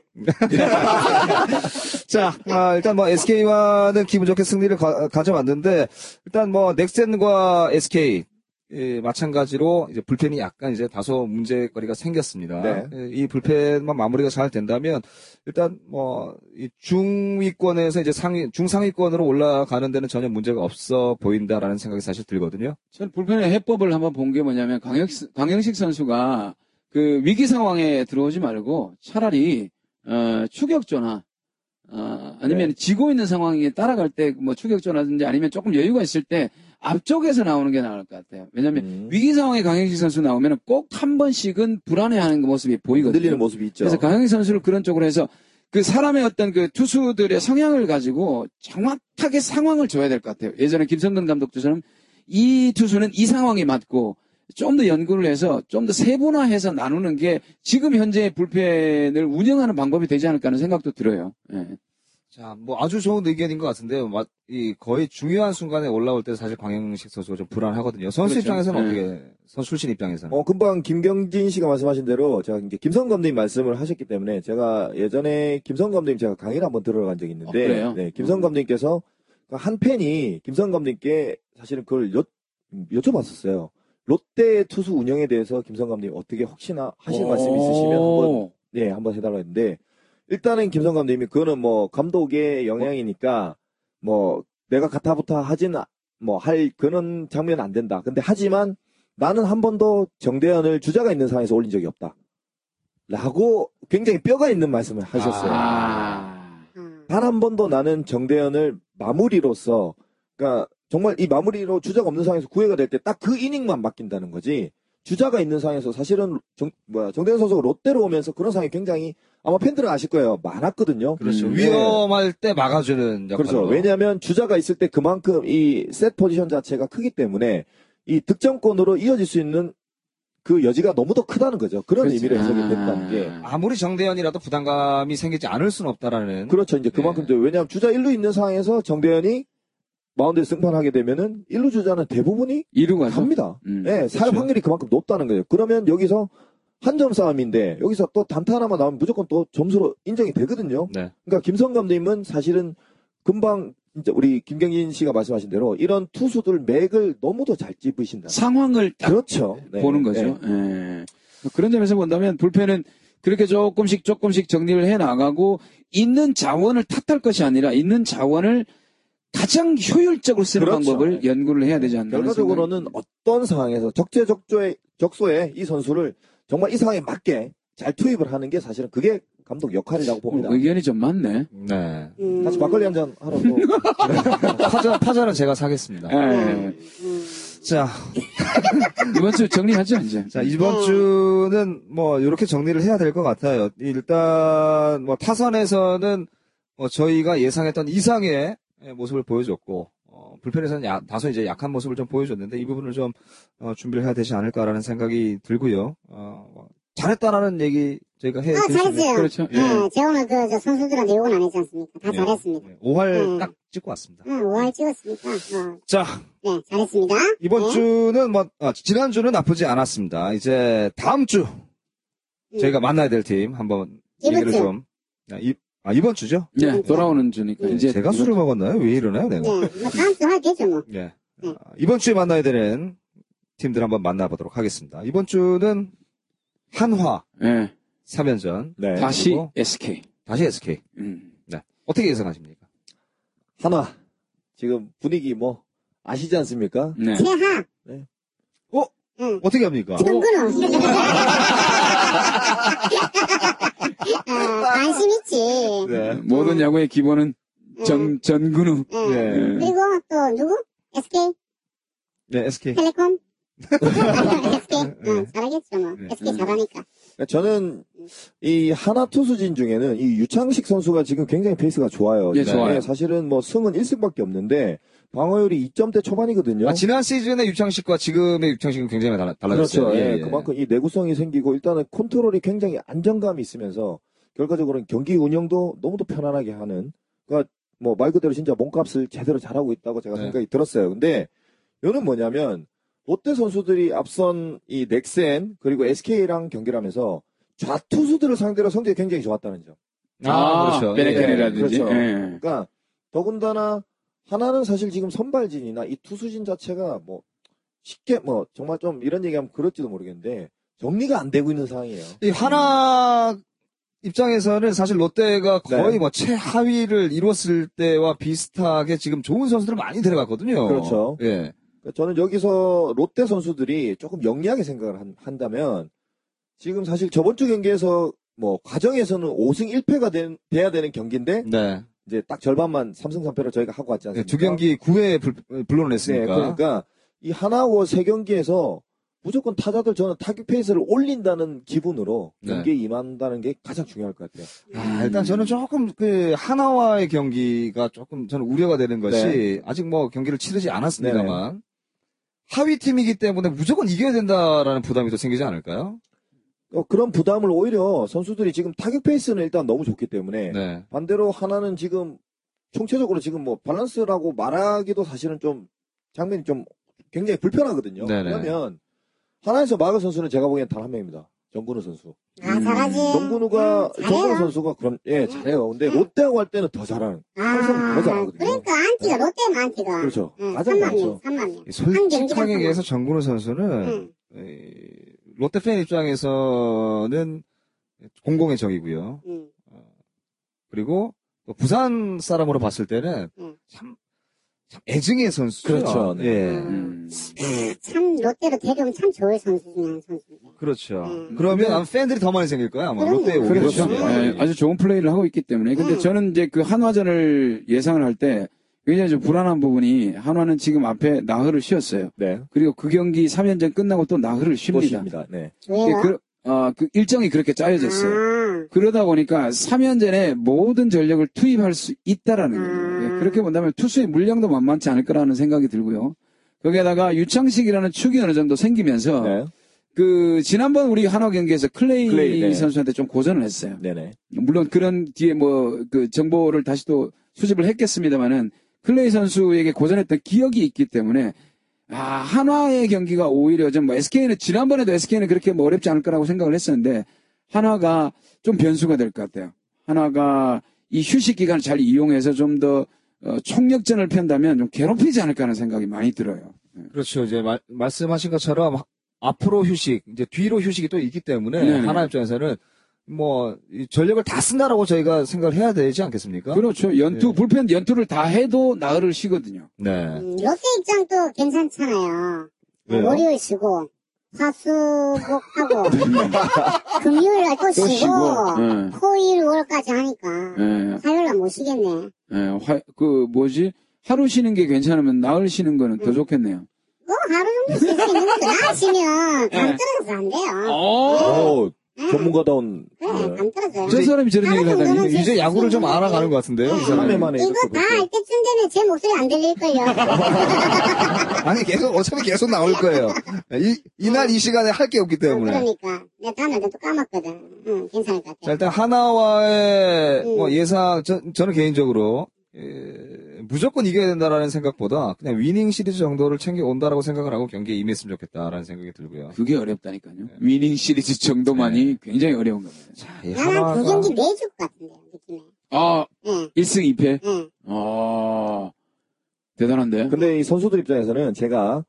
자, 아, 일단 뭐 SK와는 기분 좋게 승리를 가, 져왔는데 일단 뭐 넥센과 SK 예, 마찬가지로 이제 불펜이 약간 이제 다소 문제거리가 생겼습니다.
네.
예, 이 불펜만 마무리가 잘 된다면 일단 뭐 이 중위권에서 이제 상위 중상위권으로 올라가는 데는 전혀 문제가 없어 보인다라는 생각이 사실 들거든요.
전 불펜의 해법을 한번 본 게 뭐냐면 강영 강영식 선수가 그 위기 상황에 들어오지 말고 차라리 어, 추격 전화 어,
네.
아니면 지고 있는 상황에 따라갈 때 뭐 추격 전화든지 아니면 조금 여유가 있을 때 앞쪽에서 나오는 게 나을 것 같아요. 왜냐하면
음.
위기 상황에 강영식 선수 나오면 꼭 한 번씩은 불안해하는 그 모습이 보이거든요.
흔들리는 모습이 있죠.
그래서 강영희 선수를 그런 쪽으로 해서 그 사람의 어떤 그 투수들의 성향을 가지고 정확하게 상황을 줘야 될 것 같아요. 예전에 김성근 감독처럼 이 투수는 이 상황이 맞고 좀 더 연구를 해서 좀 더 세분화해서 나누는 게 지금 현재 불펜을 운영하는 방법이 되지 않을까 하는 생각도 들어요. 예.
자, 뭐 아주 좋은 의견인 것 같은데요. 마- 이 거의 중요한 순간에 올라올 때 사실 광영식 선수가 좀 불안하거든요. 선수
그렇죠.
입장에서는
네.
어떻게 선수 출신 입장에서는
어, 금방 김경진 씨가 말씀하신 대로 제가 이제 김성 감독님 말씀을 하셨기 때문에 제가 예전에 김성 감독님 제가 강의를 한번 들으러 간 적이
아,
있는데
그래요?
네, 김성 감독님께서 한 팬이 김성 감독님께 사실은 그걸 여, 여쭤봤었어요. 롯데 투수 운영에 대해서 김성 감독님 어떻게 혹시나 하실 말씀 있으시면 한번
오.
네, 한번 해달라 했는데 일단은 김성 감독님이 그거는 뭐 감독의 영향이니까 뭐 내가 가타부타 하진 뭐 할 그런 장면은 안 된다. 근데 하지만 나는 한 번도 정대현을 주자가 있는 상황에서 올린 적이 없다. 라고 굉장히 뼈가 있는 말씀을 하셨어요.
아.
단 한 번도 나는 정대현을 마무리로서 그러니까 정말 이 마무리로 주자가 없는 상황에서 구회가 될 때 딱 그 이닝만 맡긴다는 거지. 주자가 있는 상황에서 사실은 정, 뭐야, 정대현 선수가 롯데로 오면서 그런 상황이 굉장히 아마 팬들은 아실 거예요. 많았거든요.
그렇죠.
음.
위험할 때 막아주는 역할로.
그렇죠. 왜냐하면 주자가 있을 때 그만큼 이 셋 포지션 자체가 크기 때문에 이 득점권으로 이어질 수 있는 그 여지가 너무 더 크다는 거죠. 그런
그렇지.
의미로 해석이
아.
된다는 게.
아무리 정대현이라도 부담감이 생기지 않을 수는 없다라는
그렇죠. 이제 그만큼 또 왜냐하면 주자 1루 있는 상황에서 정대현이 마운드에 승판하게 되면은 1루 주자는 대부분이
이루고 가죠.
갑니다.
음.
예, 살
그렇죠.
확률이 그만큼 높다는 거예요. 그러면 여기서 한 점 싸움인데 여기서 또 단타 하나만 나오면 무조건 또 점수로 인정이 되거든요.
네.
그러니까 김성 감독님은 사실은 금방 이제 우리 김경진 씨가 말씀하신 대로 이런 투수들 맥을 너무도 잘 짚으신다.
상황을 딱
그렇죠. 네,
보는
네.
거죠. 예. 그런 점에서 본다면 불펜은 그렇게 조금씩 조금씩 정리를 해 나가고 있는 자원을 탓할 것이 아니라 있는 자원을 가장 효율적으로 쓰는
그렇죠.
방법을 연구를 해야 되지 않나.
결과적으로는 어떤 상황에서 적재적소에 적소에 이 선수를 정말 이 상황에 맞게 잘 투입을 하는 게 사실은 그게 감독 역할이라고 봅니다.
어, 의견이 좀 많네.
네.
음.
다시 막걸리 한 잔
(laughs)
하러 또
타자 타자는 제가
네.
사겠습니다.
예.
음.
자,
이번 주 정리하죠 이제.
자 이번
음.
주는 뭐 이렇게 정리를 해야 될 것 같아요. 일단 뭐 타선에서는 뭐 저희가 예상했던 이상의 모습을 보여줬고 어, 불펜에서는 야- 다소 이제 약한 모습을 좀 보여줬는데 이 부분을 좀 어, 준비를 해야 되지 않을까라는 생각이 들고요. 어, 뭐 잘했다라는 얘기 저희가 해.
아, 잘했어요.
그렇죠. 예.
네, 제가 오늘 그, 저 선수들한테 욕은 안 했지 않습니까? 다
네.
잘했습니다.
5할
음.
딱 찍고 왔습니다.
응, 5할 찍었으니까, 어,
자,
네, 잘했습니다.
이번
네.
주는 뭐 아, 지난 주는 나쁘지 않았습니다. 이제 다음 주
음.
저희가 만나야 될 팀 한번
이번
얘기를
주.
좀 아, 이, 아, 이번 주죠?
예, 돌아오는
네.
주니까
예,
이제
제가 술을 먹었나요? 왜 이러나요,
네,
내가?
뭐 다음 주 할 되죠, 뭐.
예.
네.
아, 이번 주에 만나야 되는 팀들 한번 만나보도록 하겠습니다. 이번 주는 한화
예.
3연전
네.
다시
그리고-
SK.
다시 SK
음.
어떻게 예상하십니까?
하나 지금 분위기 뭐 아시지 않습니까?
네.
최하.
네.
어?
응.
어떻게 합니까?
지금 끊어. (laughs) 아, 관심 있지.
네.
모든 야구의 기본은
응,
네. 정 전근우.
응.
네.
그리고 또 누구? SK?
네, SK.
텔레콤? SK?
예.
응, 잘하겠죠, 뭐.
네.
SK 잘하니까.
저는 이 하나 투수진 중에는 이 유창식 선수가 지금 굉장히 페이스가 좋아요. 네,
예, 좋아요.
사실은 뭐 승은 1승밖에 없는데 방어율이 2점대 초반이거든요.
아, 지난 시즌의 유창식과 지금의 유창식은 굉장히 달라, 달라졌어요.
그렇죠.
예,
예,
예.
그만큼 이 내구성이 생기고 일단은 컨트롤이 굉장히 안정감이 있으면서 결과적으로는 경기 운영도 너무도 편안하게 하는 그러니까 뭐 말 그대로 진짜 몸값을 제대로 잘하고 있다고 제가
네.
생각이 들었어요. 근데 이거는 뭐냐면 롯데 선수들이 앞선 이 넥센 그리고 SK랑 경기를 하면서 좌투수들을 상대로 성적이 굉장히 좋았다는 점.
아, 그렇죠.
베네켄이라든지.
예, 그렇죠.
예.
그러니까 더군다나 하나는 사실 지금 선발진이나 이 투수진 자체가 뭐 쉽게 뭐 정말 좀 이런 얘기하면 그럴지도 모르겠는데 정리가 안 되고 있는 상황이에요.
이 하나 입장에서는 사실 롯데가 거의
네.
뭐 최하위를 이뤘을 때와 비슷하게 지금 좋은 선수들을 많이 데려갔거든요.
그렇죠.
예.
그러니까 저는 여기서 롯데 선수들이 조금 영리하게 생각을 한- 한다면 지금 사실 저번 주 경기에서 뭐 과정에서는 5승 1패가 된, 돼야 되는 경기인데
네.
이제 딱 절반만 3승 3패로 저희가 하고 왔지 않습니까?
두 경기 9회
네,
불러냈으니까.
그러니까 이 하나고 세 경기에서 무조건 타자들 저는 타격 페이스를 올린다는 기분으로
네.
경기에 임한다는 게 가장 중요할 것 같아요.
아, 일단 저는 조금 그 하나와의 경기가 조금 저는 우려가 되는 것이
네.
아직 뭐 경기를 치르지 않았습니다만 하위 팀이기 때문에 무조건 이겨야 된다라는 부담이 또 생기지 않을까요?
어, 그런 부담을 오히려 선수들이 지금 타격 페이스는 일단 너무 좋기 때문에
네.
반대로 하나는 지금 총체적으로 지금 뭐 밸런스라고 말하기도 사실은 좀 장면이 좀 굉장히 불편하거든요.
네네.
그러면 하나에서 막을 선수는 제가 보기엔 단 한 명입니다. 정근우 선수.
아, 잘하지.
정근우가
응,
음. 정근우
음, 잘해요. 음.
선수가 그런 예 잘해요. 근데
응.
롯데하고 할 때는 더 잘하는. 항상
아,
그러지 않거든요. 예.
그러니까 안티가, 롯데는 안티가.
그렇죠.
응,
가장
3만
많죠. 예.
명, 3만 명.
솔직하게
경기라서.
얘기해서 정근우 선수는
응.
에, 롯데 팬 입장에서는 공공의 적이고요.
응.
그리고 또 부산 사람으로 봤을 때는
음.
참, 참 애증의 선수죠.
그렇죠, 네.
예,
음.
아, 참 롯데로 데려오면 참 좋을 선수 중에 한 선수인데.
그렇죠.
음.
그러면 아마 팬들이 더 많이 생길 거야. 아마
그럼요.
롯데에 오히려.
그렇죠.
예,
네.
아주 좋은 플레이를 하고 있기 때문에. 근데
음.
저는 이제 그 한화전을 예상을 할 때 굉장히 좀 불안한 부분이 한화는 지금 앞에 나흘을 쉬었어요.
네.
그리고 그 경기 3연전 끝나고 또 나흘을 쉽니다.
꽃입니다. 네.
예,
왜요?
그, 아, 그 일정이 그렇게 짜여졌어요.
예.
아,
그러다 보니까 3연전에 모든 전력을 투입할 수 있다라는 거예요.
음.
예, 그렇게 본다면 투수의 물량도 만만치 않을 거라는 생각이 들고요. 거기에다가 유창식이라는 축이 어느 정도 생기면서
네.
그 지난번 우리 한화 경기에서 클레이,
클레이, 네.
선수한테 좀 고전을 했어요.
네네.
물론 그런 뒤에 뭐 그 정보를 다시 또 수집을 했겠습니다만은 클레이 선수에게 고전했던 기억이 있기 때문에 아 한화의 경기가 오히려 좀뭐 SK는 지난번에도 SK는 그렇게 뭐 어렵지 않을 거라고 생각을 했었는데 한화가 좀 변수가 될 것 같아요. 한화가 이 휴식 기간을 잘 이용해서 좀 더 어, 총력전을 편다면 좀 괴롭히지 않을까 하는 생각이 많이 들어요.
그렇죠. 이제 마- 말씀하신 것처럼 하- 앞으로 휴식, 이제 뒤로 휴식이 또 있기 때문에
네.
하나 입장에서는 뭐이 전력을 다 쓴다라고 저희가 생각을 해야 되지 않겠습니까?
그렇죠. 연투
예.
불펜 연투를 다 해도 나흘을 쉬거든요.
네.
음, 롯데 입장도 괜찮잖아요.
왜요?
월요일 쉬고 화수목하고
네.
금요일 날 또 쉬고,
예.
토일 월까지 하니까
예.
화요일 날 못 쉬겠네.
예, 화, 그 뭐지 하루 쉬는 게 괜찮으면 나흘 쉬는 거는 더
음.
좋겠네요.
뭐 하루 정도 쉴 수 있는 것도 나 쉬면 감 떨어져서 안 돼요.
오,
네.
전문가다운.
네, 감 떨어져요.
저 사람이 저런
하루
얘기를 하다니.
정도는
이제 야구를 좀 알아가는 것 같은데요, 이 사람이.
만에 그렇죠.
이거 다 할 때쯤 되면 제 목소리 안 들릴걸요.
아니 계속 어차피 계속 나올 거예요. 이 이날 이 시간에 할 게 없기 때문에.
그러니까. 내가 다음에 또 까먹거든. 응, 괜찮을 것
자
같아.
일단 하나와의
음.
뭐 예상 저, 저는 개인적으로 예, 무조건 이겨야 된다라는 생각보다 그냥 위닝 시리즈 정도를 챙겨 온다라고 생각을 하고 경기에 임했으면 좋겠다라는 생각이 들고요.
그게 어렵다니까요. 위닝 시리즈 정도만이 굉장히 어려운 겁니다.
자, 이
나는 그
하나가
경기 내줄 것 같은데요, 느낌에.
아,
예,
1승 2패.
예.
아, 대단한데.
근데 이 선수들 입장에서는 제가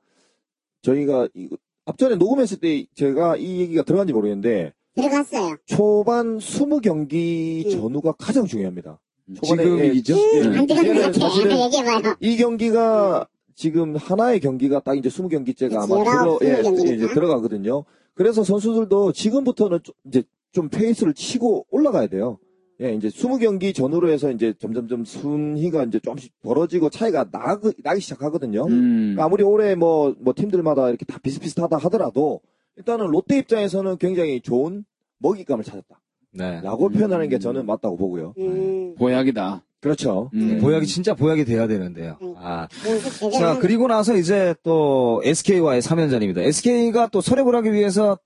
저희가 이- 앞전에 녹음했을 때 제가 이 얘기가 들어간지 모르겠는데
들어갔어요.
초반 20경기
음.
전후가 가장 중요합니다. 초반에
음, 지금이죠.
안 들어간
네.
것
이제는
같아.
사실은
(laughs) 얘기해봐요.
이 경기가 지금 하나의 경기가 딱 이제 20경기째가 아마
그치,
들어,
19
예,
경기니까.
이제 들어가거든요. 그래서 선수들도 지금부터는 좀, 이제 좀 페이스를 치고 올라가야 돼요. 예, 이제 20경기 전후로 해서 이제 점점점 순위가 이제 조금씩 벌어지고 차이가 나기, 나기 시작하거든요.
음.
그러니까 아무리 올해 뭐, 뭐 팀들마다 이렇게 다 비슷비슷하다 하더라도 일단은 롯데 입장에서는 굉장히 좋은 먹잇감을 찾았다.
네.
라고
음.
표현하는 게 저는 맞다고 보고요.
음,
보약이다.
그렇죠.
음.
음. 보약이 진짜 보약이 돼야 되는데요.
음.
아,
연습 제대로
자,
하는
그리고 나서 이제 또 SK와의 3연전입니다. SK가 또 서력을 하기 위해서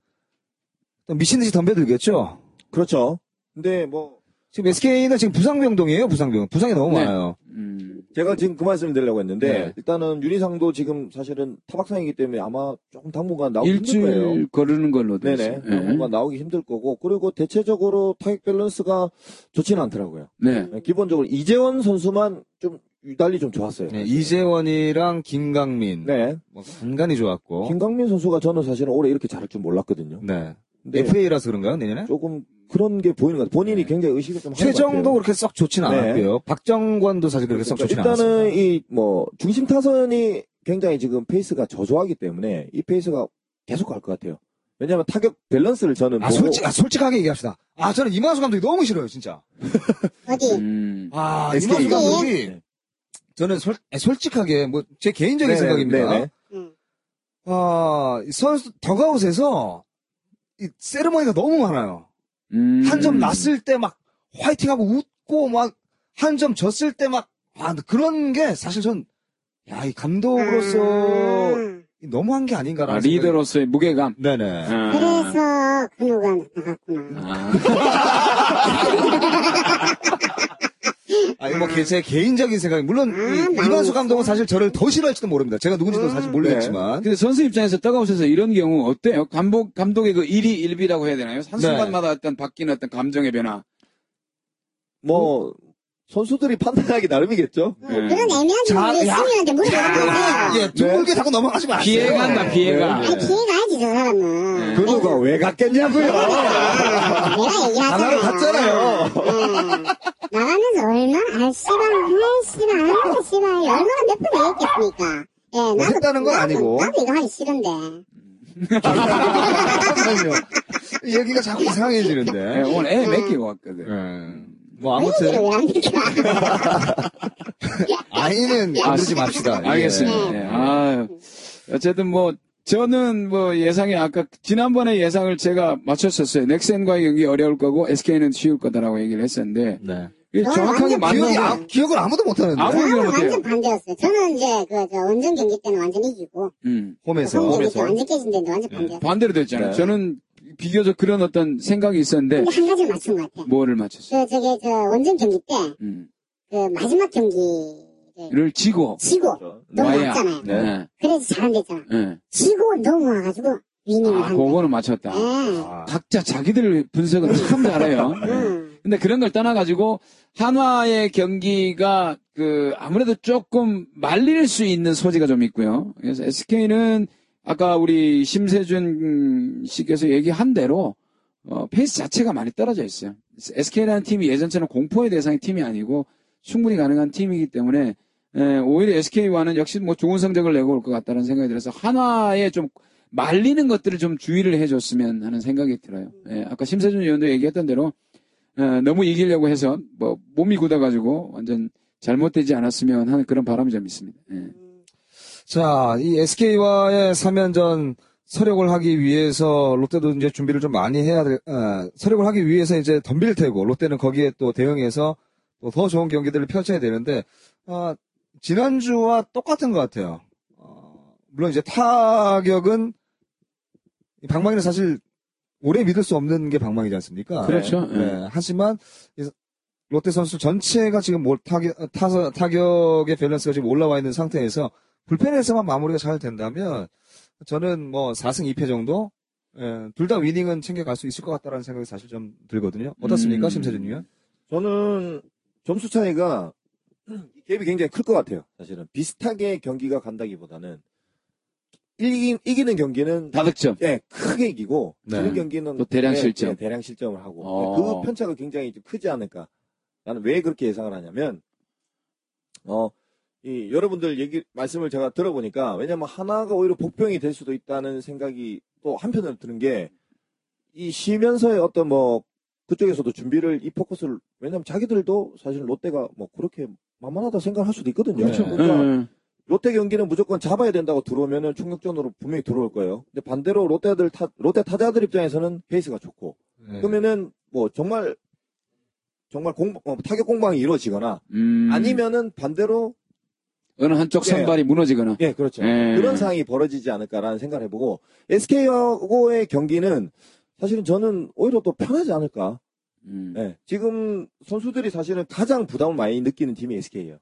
또 미친 듯이 덤벼들겠죠?
그렇죠. 근데 뭐,
지금 SK는 지금 부상병동이에요, 부상병. 부상이 너무
네.
많아요.
음.
제가 지금 그 말씀을 드리려고 했는데
네.
일단은 윤희상도 지금 사실은 타박상이기 때문에 아마 조금 당분간 나오기 힘들 거예요.
일주일 거르는 걸로 돼
네네.
있어요.
당분간 나오기 힘들 거고 그리고 대체적으로 타격 밸런스가 좋지는 않더라고요.
네. 네.
기본적으로 이재원 선수만 좀 유달리 좀 좋았어요.
네, 이재원이랑 김강민.
네.
뭐 간간히 좋았고.
김강민 선수가 저는 사실은 올해 이렇게 잘할 줄 몰랐거든요.
네.
근데
FA라서 그런가요, 내년에?
조금 그런 게 보이는 것 같아요. 본인이
네.
굉장히 의식을 좀 하는 것
최정도
같아요.
그렇게 썩 좋진
네.
않았고요. 박정관도 사실 그렇게 썩 좋진
그러니까 일단은
않았습니다.
이 뭐 중심 타선이 굉장히 지금 페이스가 저조하기 때문에 이 페이스가 계속 갈 것 같아요. 왜냐하면 타격 밸런스를 저는
아,
보고
솔직, 아, 솔직하게 얘기합시다. 아, 저는 이만수 감독이 너무 싫어요, 진짜.
어디?
음.
아,
SK.
이만수 감독이
네.
저는 솔, 아, 솔직하게 뭐 제 개인적인
네네,
생각입니다.
네네.
응.
아, 이 선수 더가웃에서 이 세르머니가 너무 많아요.
음.
한 점 났을 때 막 화이팅하고 웃고 막 한 점 졌을 때 막 아, 그런 게 사실 전 야, 이 감독으로서
아,
너무한 게 아닌가라는
아, 리더로서의 무게감.
생각이- 네네.
아.
그래서 근우가 나갔구나.
아.
아니 뭐제 개인적인 생각이 물론 이,
아,
이만수
망했어.
감독은 사실 저를 더 싫어할지도 모릅니다. 제가 누군지도 사실 모르겠지만
아, 근데 선수 입장에서 따가우셔서 이런 경우 어때요? 감독, 감독의 그 일이 일비라고 해야 되나요? 한순간마다 어떤 바뀌는 어떤 감정의 변화.
뭐 선수들이 판단하기 나름이겠죠.
응, 어, 그런 애매한
자,
질문을
야.
수민한테 물어봐도 돼요.
예, 둥글게 자꾸 넘어가지 마세요. 어,
비해 간다, 비해 가.
네,
아니,
네.
기회가 알지, 저 사람은.
아,
그거가 왜 갔겠냐고요.
아, 내가 얘기하잖아.
그러니까. 나를 봤잖아요.
응. 나가면서 얼마나, 아, 씨발, 아, 씨발, 아, 씨발. 얼마나 몇 번 얘기했겠습니까? 예,
뭐
나도,
했다는 건 아니고.
나도 이거 하기 싫은데.
잠깐만요. 이 얘기가 자꾸
예,
이상해지는데.
오늘 애 맡기고 왔거든.
예. 뭐
왜 얘기를
아무튼
왜 합니까?
아이는
아,
만들지 맙시다. 예.
알겠습니다. 예. 아유. 어쨌든 뭐, 저는 뭐 예상이 아까 지난번에 예상을 제가 맞췄었어요. 넥센과의 경기 어려울 거고 SK는 쉬울 거다라고 얘기를 했었는데
네.
이게
어,
정확하게
완전
기억이,
맞는
아- 기억을 (laughs) 아무도 못하는데.
아무-
저는
그러면 어때요?
완전 반대였어요. 저는 이제 그저 원정 경기 때는 완전 이기고
음,
홈
홈에서.
경기 때
홈에서.
완전 깨진 데는 완전
네.
반대였어요.
반대로 됐잖아요.
네.
저는 비교적 그런 어떤 생각이 있었는데
근데 한 가지 맞춘 것 같아요.
뭐를 맞췄어요?
그 저게 저 원정 경기 때 그
음,
마지막 경기를
를 지고
지고 너무
와야.
왔잖아요.
그렇죠. 네.
네.
그래서 잘안 됐잖아.
네.
지고 넘어와가지고 위닝을
아,
한 거예요.
그거는 맞췄다.
예.
아.
각자 자기들 분석은 참 잘해요.
음.
근데 그런 걸 떠나가지고 한화의 경기가 그 아무래도 조금 말릴 수 있는 소지가 좀 있고요. 그래서 SK는 아까 우리 심세준 씨께서 얘기한 대로 어, 페이스 자체가 많이 떨어져 있어요. SK라는 팀이 예전처럼 공포의 대상의 팀이 아니고 충분히 가능한 팀이기 때문에 에, 오히려 SK와는 역시 뭐 좋은 성적을 내고 올 것 같다는 생각이 들어서 한화에 좀 말리는 것들을 좀 주의를 해줬으면 하는 생각이 들어요. 예, 아까 심세준 의원도 얘기했던 대로 어, 너무 이기려고 해서 뭐 몸이 굳어가지고 완전 잘못되지 않았으면 하는 그런 바람이 좀 있습니다. 예.
자, 이 SK와의 3연전 서력을 하기 위해서 롯데도 이제 준비를 좀 많이 해야 될, 어, 서력을 하기 위해서 이제 덤빌 테고, 롯데는 거기에 또 대응해서 또 더 좋은 경기들을 펼쳐야 되는데, 아, 지난주와 똑같은 것 같아요. 어, 물론 이제 타격은 이 방망이는 사실 오래 믿을 수 없는 게 방망이지 않습니까?
그렇죠.
네. 하지만 이 롯데 선수 전체가 지금 뭐 타격, 타서, 타격의 밸런스가 지금 올라와 있는 상태에서 불펜에서만 마무리가 잘 된다면 저는 뭐 4승 2패 정도 예, 둘 다 위닝은 챙겨갈 수 있을 것 같다라는 생각이 사실 좀 들거든요. 예. 어떻습니까,
음.
심세준 위원?
저는 점수 차이가 갭이 굉장히 클 것 같아요. 사실은 비슷하게 경기가 간다기보다는 이기, 이기는 경기는
다득점.
예, 크게 이기고
네.
지는 경기는
또 대량
예,
실점.
예, 대량 실점을 하고
어.
그 편차가 굉장히 좀 크지 않을까. 나는 왜 그렇게 예상을 하냐면 어, 이 여러분들 얘기 말씀을 제가 들어보니까 왜냐면 하나가 오히려 복병이 될 수도 있다는 생각이 또 한편으로 드는 게 이 쉬면서의 어떤 뭐 그쪽에서도 준비를 이 포커스를 왜냐면 자기들도 사실 롯데가 뭐 그렇게 만만하다 생각할 수도 있거든요.
그렇죠.
예,
그러니까
예.
롯데 경기는 무조건 잡아야 된다고 들어오면은 총력전으로 분명히 들어올 거예요. 근데 반대로 롯데들 타, 롯데 타자들 입장에서는 페이스가 좋고
네.
네.
그러면은 뭐 정말 정말 공 어, 타격 공방이 이루어지거나
음,
아니면은 반대로
어느 한쪽 선발이 무너지거나
예 그렇죠
예.
그런 상황이 벌어지지 않을까라는 생각을 해보고 SK하고의 경기는 사실은 저는 오히려 더 편하지 않을까.
음.
예. 지금 선수들이 사실은 가장 부담을 많이 느끼는 팀이 SK예요.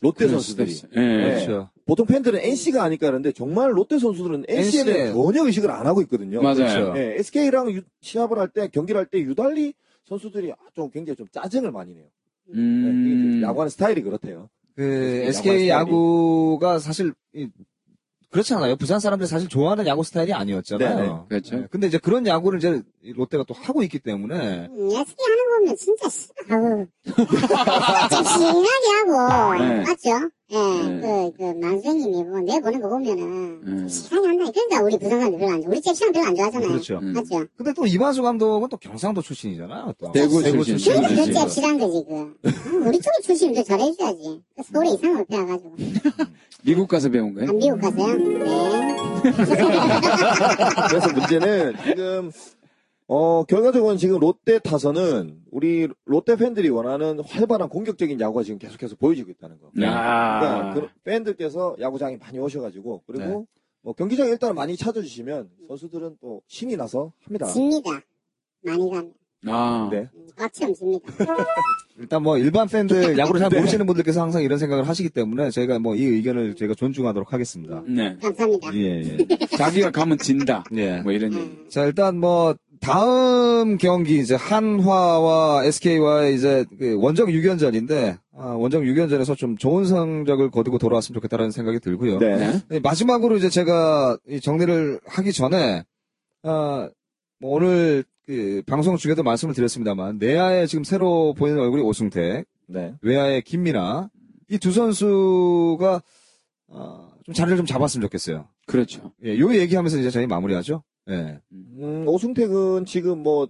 롯데
그럴 수도
선수들이.
있어요. 예.
네.
예.
그렇죠.
보통 팬들은 NC가 아니까 그러는데 정말 롯데 선수들은 NC에 대해
NC.
전혀 의식을 안 하고 있거든요.
맞아요.
그렇죠.
예, SK랑 시합을 할 때 경기를 할 때 유달리 선수들이 좀 굉장히 좀 짜증을 많이 내요. 예,
음.
이게 야구하는 스타일이 그렇대요.
그
야구하는
SK 야구가 사실 이- 그렇지 않아요. 부산 사람들이 사실 좋아하는 야구 스타일이 아니었잖아요.
그렇죠.
네, 근데 이제 그런 야구를 이제 이 롯데가 또 하고 있기 때문에
음, 야스키 하는 거 보면 진짜 씨, 아우.
(laughs)
좀 심하게 하고,
네.
맞죠? 예,
네.
그, 그, 만수형님이 뭐, 내보는 거 보면은,
네.
좀 심하게 한다. 그러니까 우리 부산 사람들 별로 안 좋아. 우리 잽시랑 별로 안 좋아하잖아요.
그렇죠.
음.
맞죠?
근데 또 이만수 감독은 또 경상도 출신이잖아요. 또.
대구 출신.
출신.
그래서 그
그렇지.
잽시란 거지, 그. 어, 우리 쪽이 출신도 잘해줘야지. 그 서울에 이상을 못 해가지고.
네. 미국 가서 배운
아,
거예요?
미국 가세요? 네.
그래서 문제는 지금 어 결과적으로는 지금 롯데 타선은 우리 롯데 팬들이 원하는 활발한 공격적인 야구가 지금 계속해서 보여지고 있다는 거. 그러니까
아.
그 팬들께서 야구장에 많이 오셔가지고 그리고 뭐 경기장 일단 많이 찾아주시면 선수들은 또 신이 나서
네.
합니다.
집니다. 많이 가면.
아.
네.
음, 꽉 채우면 집니다.
일단 뭐 일반 팬들 야구를 잘 모르시는 분들께서 항상 이런 생각을 하시기 때문에 저희가 뭐 이 의견을 저희가 존중하도록 하겠습니다.
네.
감사합니다.
예, 예.
자기가 가면 진다.
예.
뭐 이런 얘기.
음,
자, 일단 뭐 다음 경기 이제 한화와 SK와의 이제 그 원정 6연전인데 아, 원정 6연전에서 좀 좋은 성적을 거두고 돌아왔으면 좋겠다라는 생각이 들고요.
네.
네.
네, 마지막으로 이제 제가 이 정리를 하기 전에 아, 뭐 오늘 그 방송 중에도 말씀을 드렸습니다만 내야에 지금 새로 보이는 얼굴이 오승택,
네.
외야의 김민아 이 두 선수가 아, 좀 자리를 좀 잡았으면 좋겠어요.
그렇죠.
예, 요 얘기하면서 이제 저희 마무리하죠. 예.
음, 오승택은 지금 뭐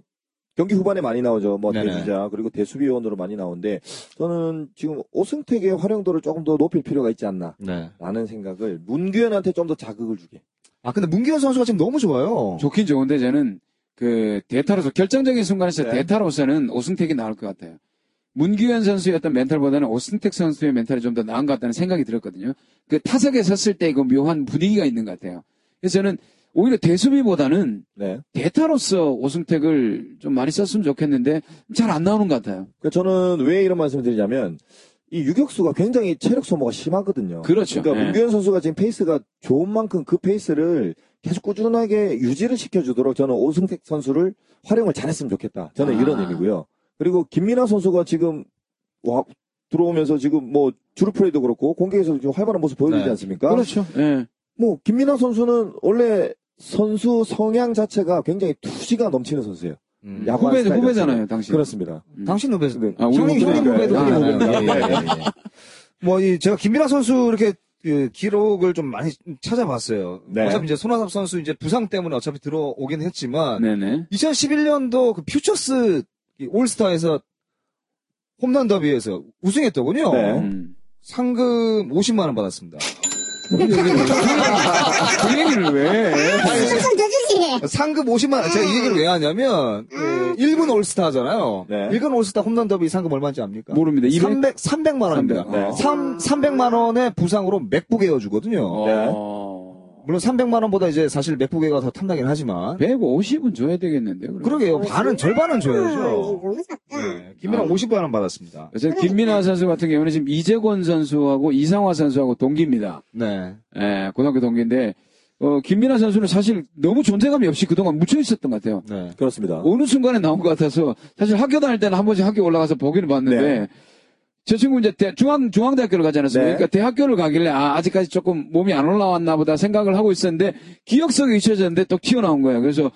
경기 후반에 많이 나오죠. 뭐
네네.
대주자 그리고 대수비원으로 많이 나오는데 저는 지금 오승택의 활용도를 조금 더 높일 필요가 있지 않나라는
네.
생각을 문규현한테 좀 더 자극을 주게.
아 근데 문기현 선수가 지금 너무 좋아요.
좋긴 좋은데 저는 그 대타로서 결정적인 순간에서
네.
대타로서는 오승택이 나올 것 같아요. 문규현 선수의 어떤 멘탈보다는 오스택 선수의 멘탈이 좀 더 나은 것 같다는 생각이 들었거든요. 그 타석에 섰을 때 그 묘한 분위기가 있는 것 같아요. 그래서 저는 오히려 대수비보다는
네.
대타로서 오승택을 좀 많이 썼으면 좋겠는데 잘 안 나오는 것 같아요.
그러니까 저는 왜 이런 말씀을 드리냐면 이 유격수가 굉장히 체력 소모가 심하거든요.
그렇죠.
그러니까
예.
문규현 선수가 지금 페이스가 좋은 만큼 그 페이스를 계속 꾸준하게 유지를 시켜주도록 저는 오승택 선수를 활용을 잘했으면 좋겠다. 저는
아.
이런 의미고요. 그리고 김민아 선수가 지금 와- 들어오면서 지금 뭐 주루플레이도 그렇고 공격에서 좀 활발한 모습 보여주지
네.
않습니까?
그렇죠. 예.
뭐 김민아 선수는 원래 선수 성향 자체가 굉장히 투시가 넘치는 선수예요.
음.
야구
후배,
스타일
후배잖아요, 당신.
그렇습니다.
당신 후배,
네.
아, 우리
형님,
후배인가요?
형님 후배도
아,
우리
네.
후배입니다. 뭐, 이, 제가 김민아 선수 이렇게 그 기록을 좀 많이 찾아봤어요.
네.
어차피 이제 손아섭 선수 이제 부상 때문에 어차피 들어오긴 했지만,
네네.
2011년도 그 퓨처스 이 올스타에서 홈런 더비에서 우승했더군요.
네.
음.
상금 50만원 받았습니다.
그 얘기를 왜?
말씀 아, 좀 더주지.
상금 50만원, 제가 이 얘기를 왜 하냐면, 그 일본 올스타잖아요.
네.
일본 올스타 홈런 더비 상금 얼마인지 압니까?
모릅니다. 200?
300, 300만원입니다.
300. 네.
3, 300만원의 부상으로 맥북 에어 주거든요.
어.
물론 300만원보다 이제 사실 맥북 에어가 더 탐나긴 하지만.
150은 줘야 되겠는데. 그러면.
그러게요. 반은, 절반은
아,
줘야죠.
너무 작다.
네. 김민아
아.
50만원 받았습니다.
그래서 김민아 선수 같은 경우는 지금 이재권 선수하고 이상화 선수하고 동기입니다.
네.
예, 고등학교 동기인데, 어, 김민아 선수는 사실 너무 존재감이 없이 그동안 묻혀 있었던 것 같아요.
네.
그렇습니다.
어느 순간에 나온 것 같아서, 사실 학교 다닐 때는 한 번씩 학교 올라가서 보기는 봤는데, 저 친구 이제 대- 중앙, 중앙대학교를 가지 않았습니까?
네.
그러니까 대학교를 가길래, 아, 아직까지 조금 몸이 안 올라왔나 보다 생각을 하고 있었는데, 기억 속에 잊혀졌는데 또 튀어나온 거야. 그래서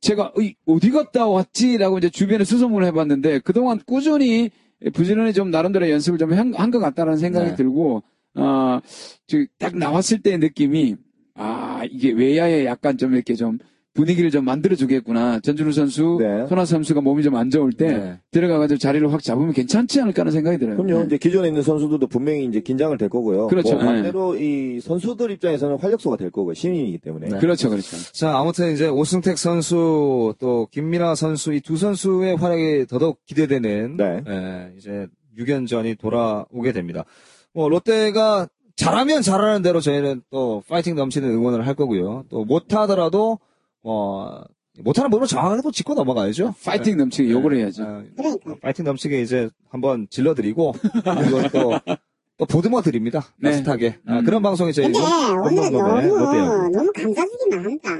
제가, 어이, 어디 갔다 왔지라고 이제 주변에 수소문을 해봤는데, 그동안 꾸준히 부지런히 좀 나름대로 연습을 좀 한 것 같다라는 생각이
네.
들고, 아, 즉, 딱 나왔을 때의 느낌이, 아, 이게 외야에 약간 좀 이렇게 좀 분위기를 좀 만들어주겠구나. 전준우 선수,
네.
손아 선수가 몸이 좀 안 좋을 때,
네.
들어가가지고 자리를 확 잡으면 괜찮지 않을까 하는 생각이 들어요.
그럼요.
네.
이제 기존에 있는 선수들도 분명히 이제 긴장을 될 거고요.
그렇죠.
뭐 반대로 이 선수들 입장에서는 활력소가 될 거고요. 신인이기 때문에.
네.
그렇죠, 그렇죠.
자, 아무튼 이제 오승택 선수 또 김민아 선수 이 두 선수의 활약이 더더욱 기대되는
네.
예, 이제 6연전이 돌아오게 됩니다. 뭐 롯데가 잘하면 잘하는 대로 저희는 또 파이팅 넘치는 응원을 할 거고요. 또 못하더라도 어 못하는 부분은 정확하게 또 짚고 넘어가야죠.
파이팅 넘치게 욕을 해야지.
아,
그러니까.
파이팅 넘치게 이제 한번 질러드리고 그리고 또, 또 보듬어 드립니다.
네.
따뜻하게 아,
음.
그런 방송이 저희
근데 오늘은
건강검에
너무
어때요?
너무 감사드리만 한다.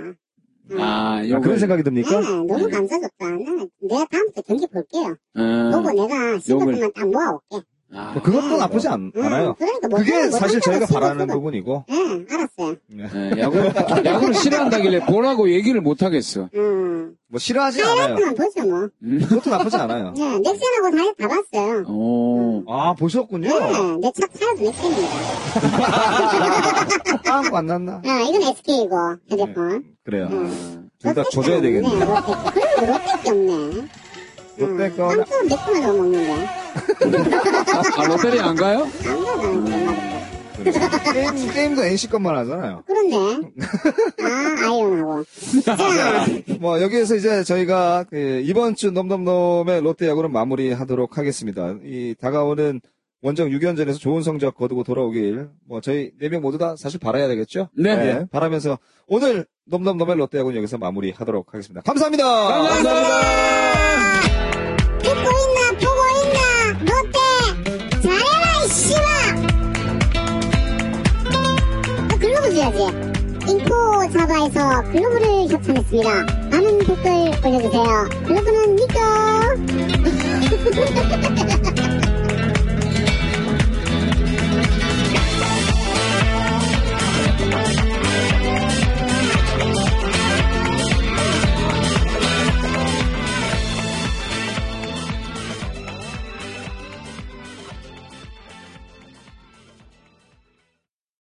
아,
아,
욕을.
그런 생각이
네,
듭니까?
너무
네.
감사줬다. 나- 내가 다음부터 경기 볼게요.
아,
보고 내가 실력만 다 모아올게.
아,
뭐 그것도 나쁘지 않,
응,
않아요.
그러니까 뭐
그게 사실 저희가 바라는
거.
부분이고.
예, 알았어요.
그
네, 야구를, 야구를 싫어한다길래 보라고 얘기를 못하겠어.
음,
뭐 싫어하진 않아요.
하이라이트만 보죠 뭐.
그것도 나쁘지 않아요.
예, 넥센하고 사실 다 봤어요.
오.
아, 보셨군요.
예, 내차 타요도 넥센입니다.
빵 만났나?
아, 이건 SK이고 핸드폰.
그래요.
아,
네. 둘 다 조져야 되겠네.
그래도 롯데밖에 없네. 아,
롯데 거.
한국 맥주만 넣어 먹는데.
아, 롯데리 안 가요?
안 먹어.
게임, 게임도 NC 것만 하잖아요.
그런데. 아, 아이언하고. 자,
뭐, 여기에서 이제 저희가 그 이번 주 넘넘넘의 롯데 야구를 마무리 하도록 하겠습니다. 이 다가오는 원정 6연전에서 좋은 성적 거두고 돌아오길, 뭐, 저희 네 명 모두 다 사실 바라야 되겠죠?
네.
예, 바라면서 오늘 넘넘넘의 롯데 야구는 여기서 마무리 하도록 하겠습니다. 감사합니다!
감사합니다.
듣고 있나, 보고 있나, 롯데. 잘해라, 이 씨발! 또 글로브 줘야지. 인포 자바에서 글로브를 협찬했습니다. 많은 댓글 올려주세요. 글로브는 니꺼!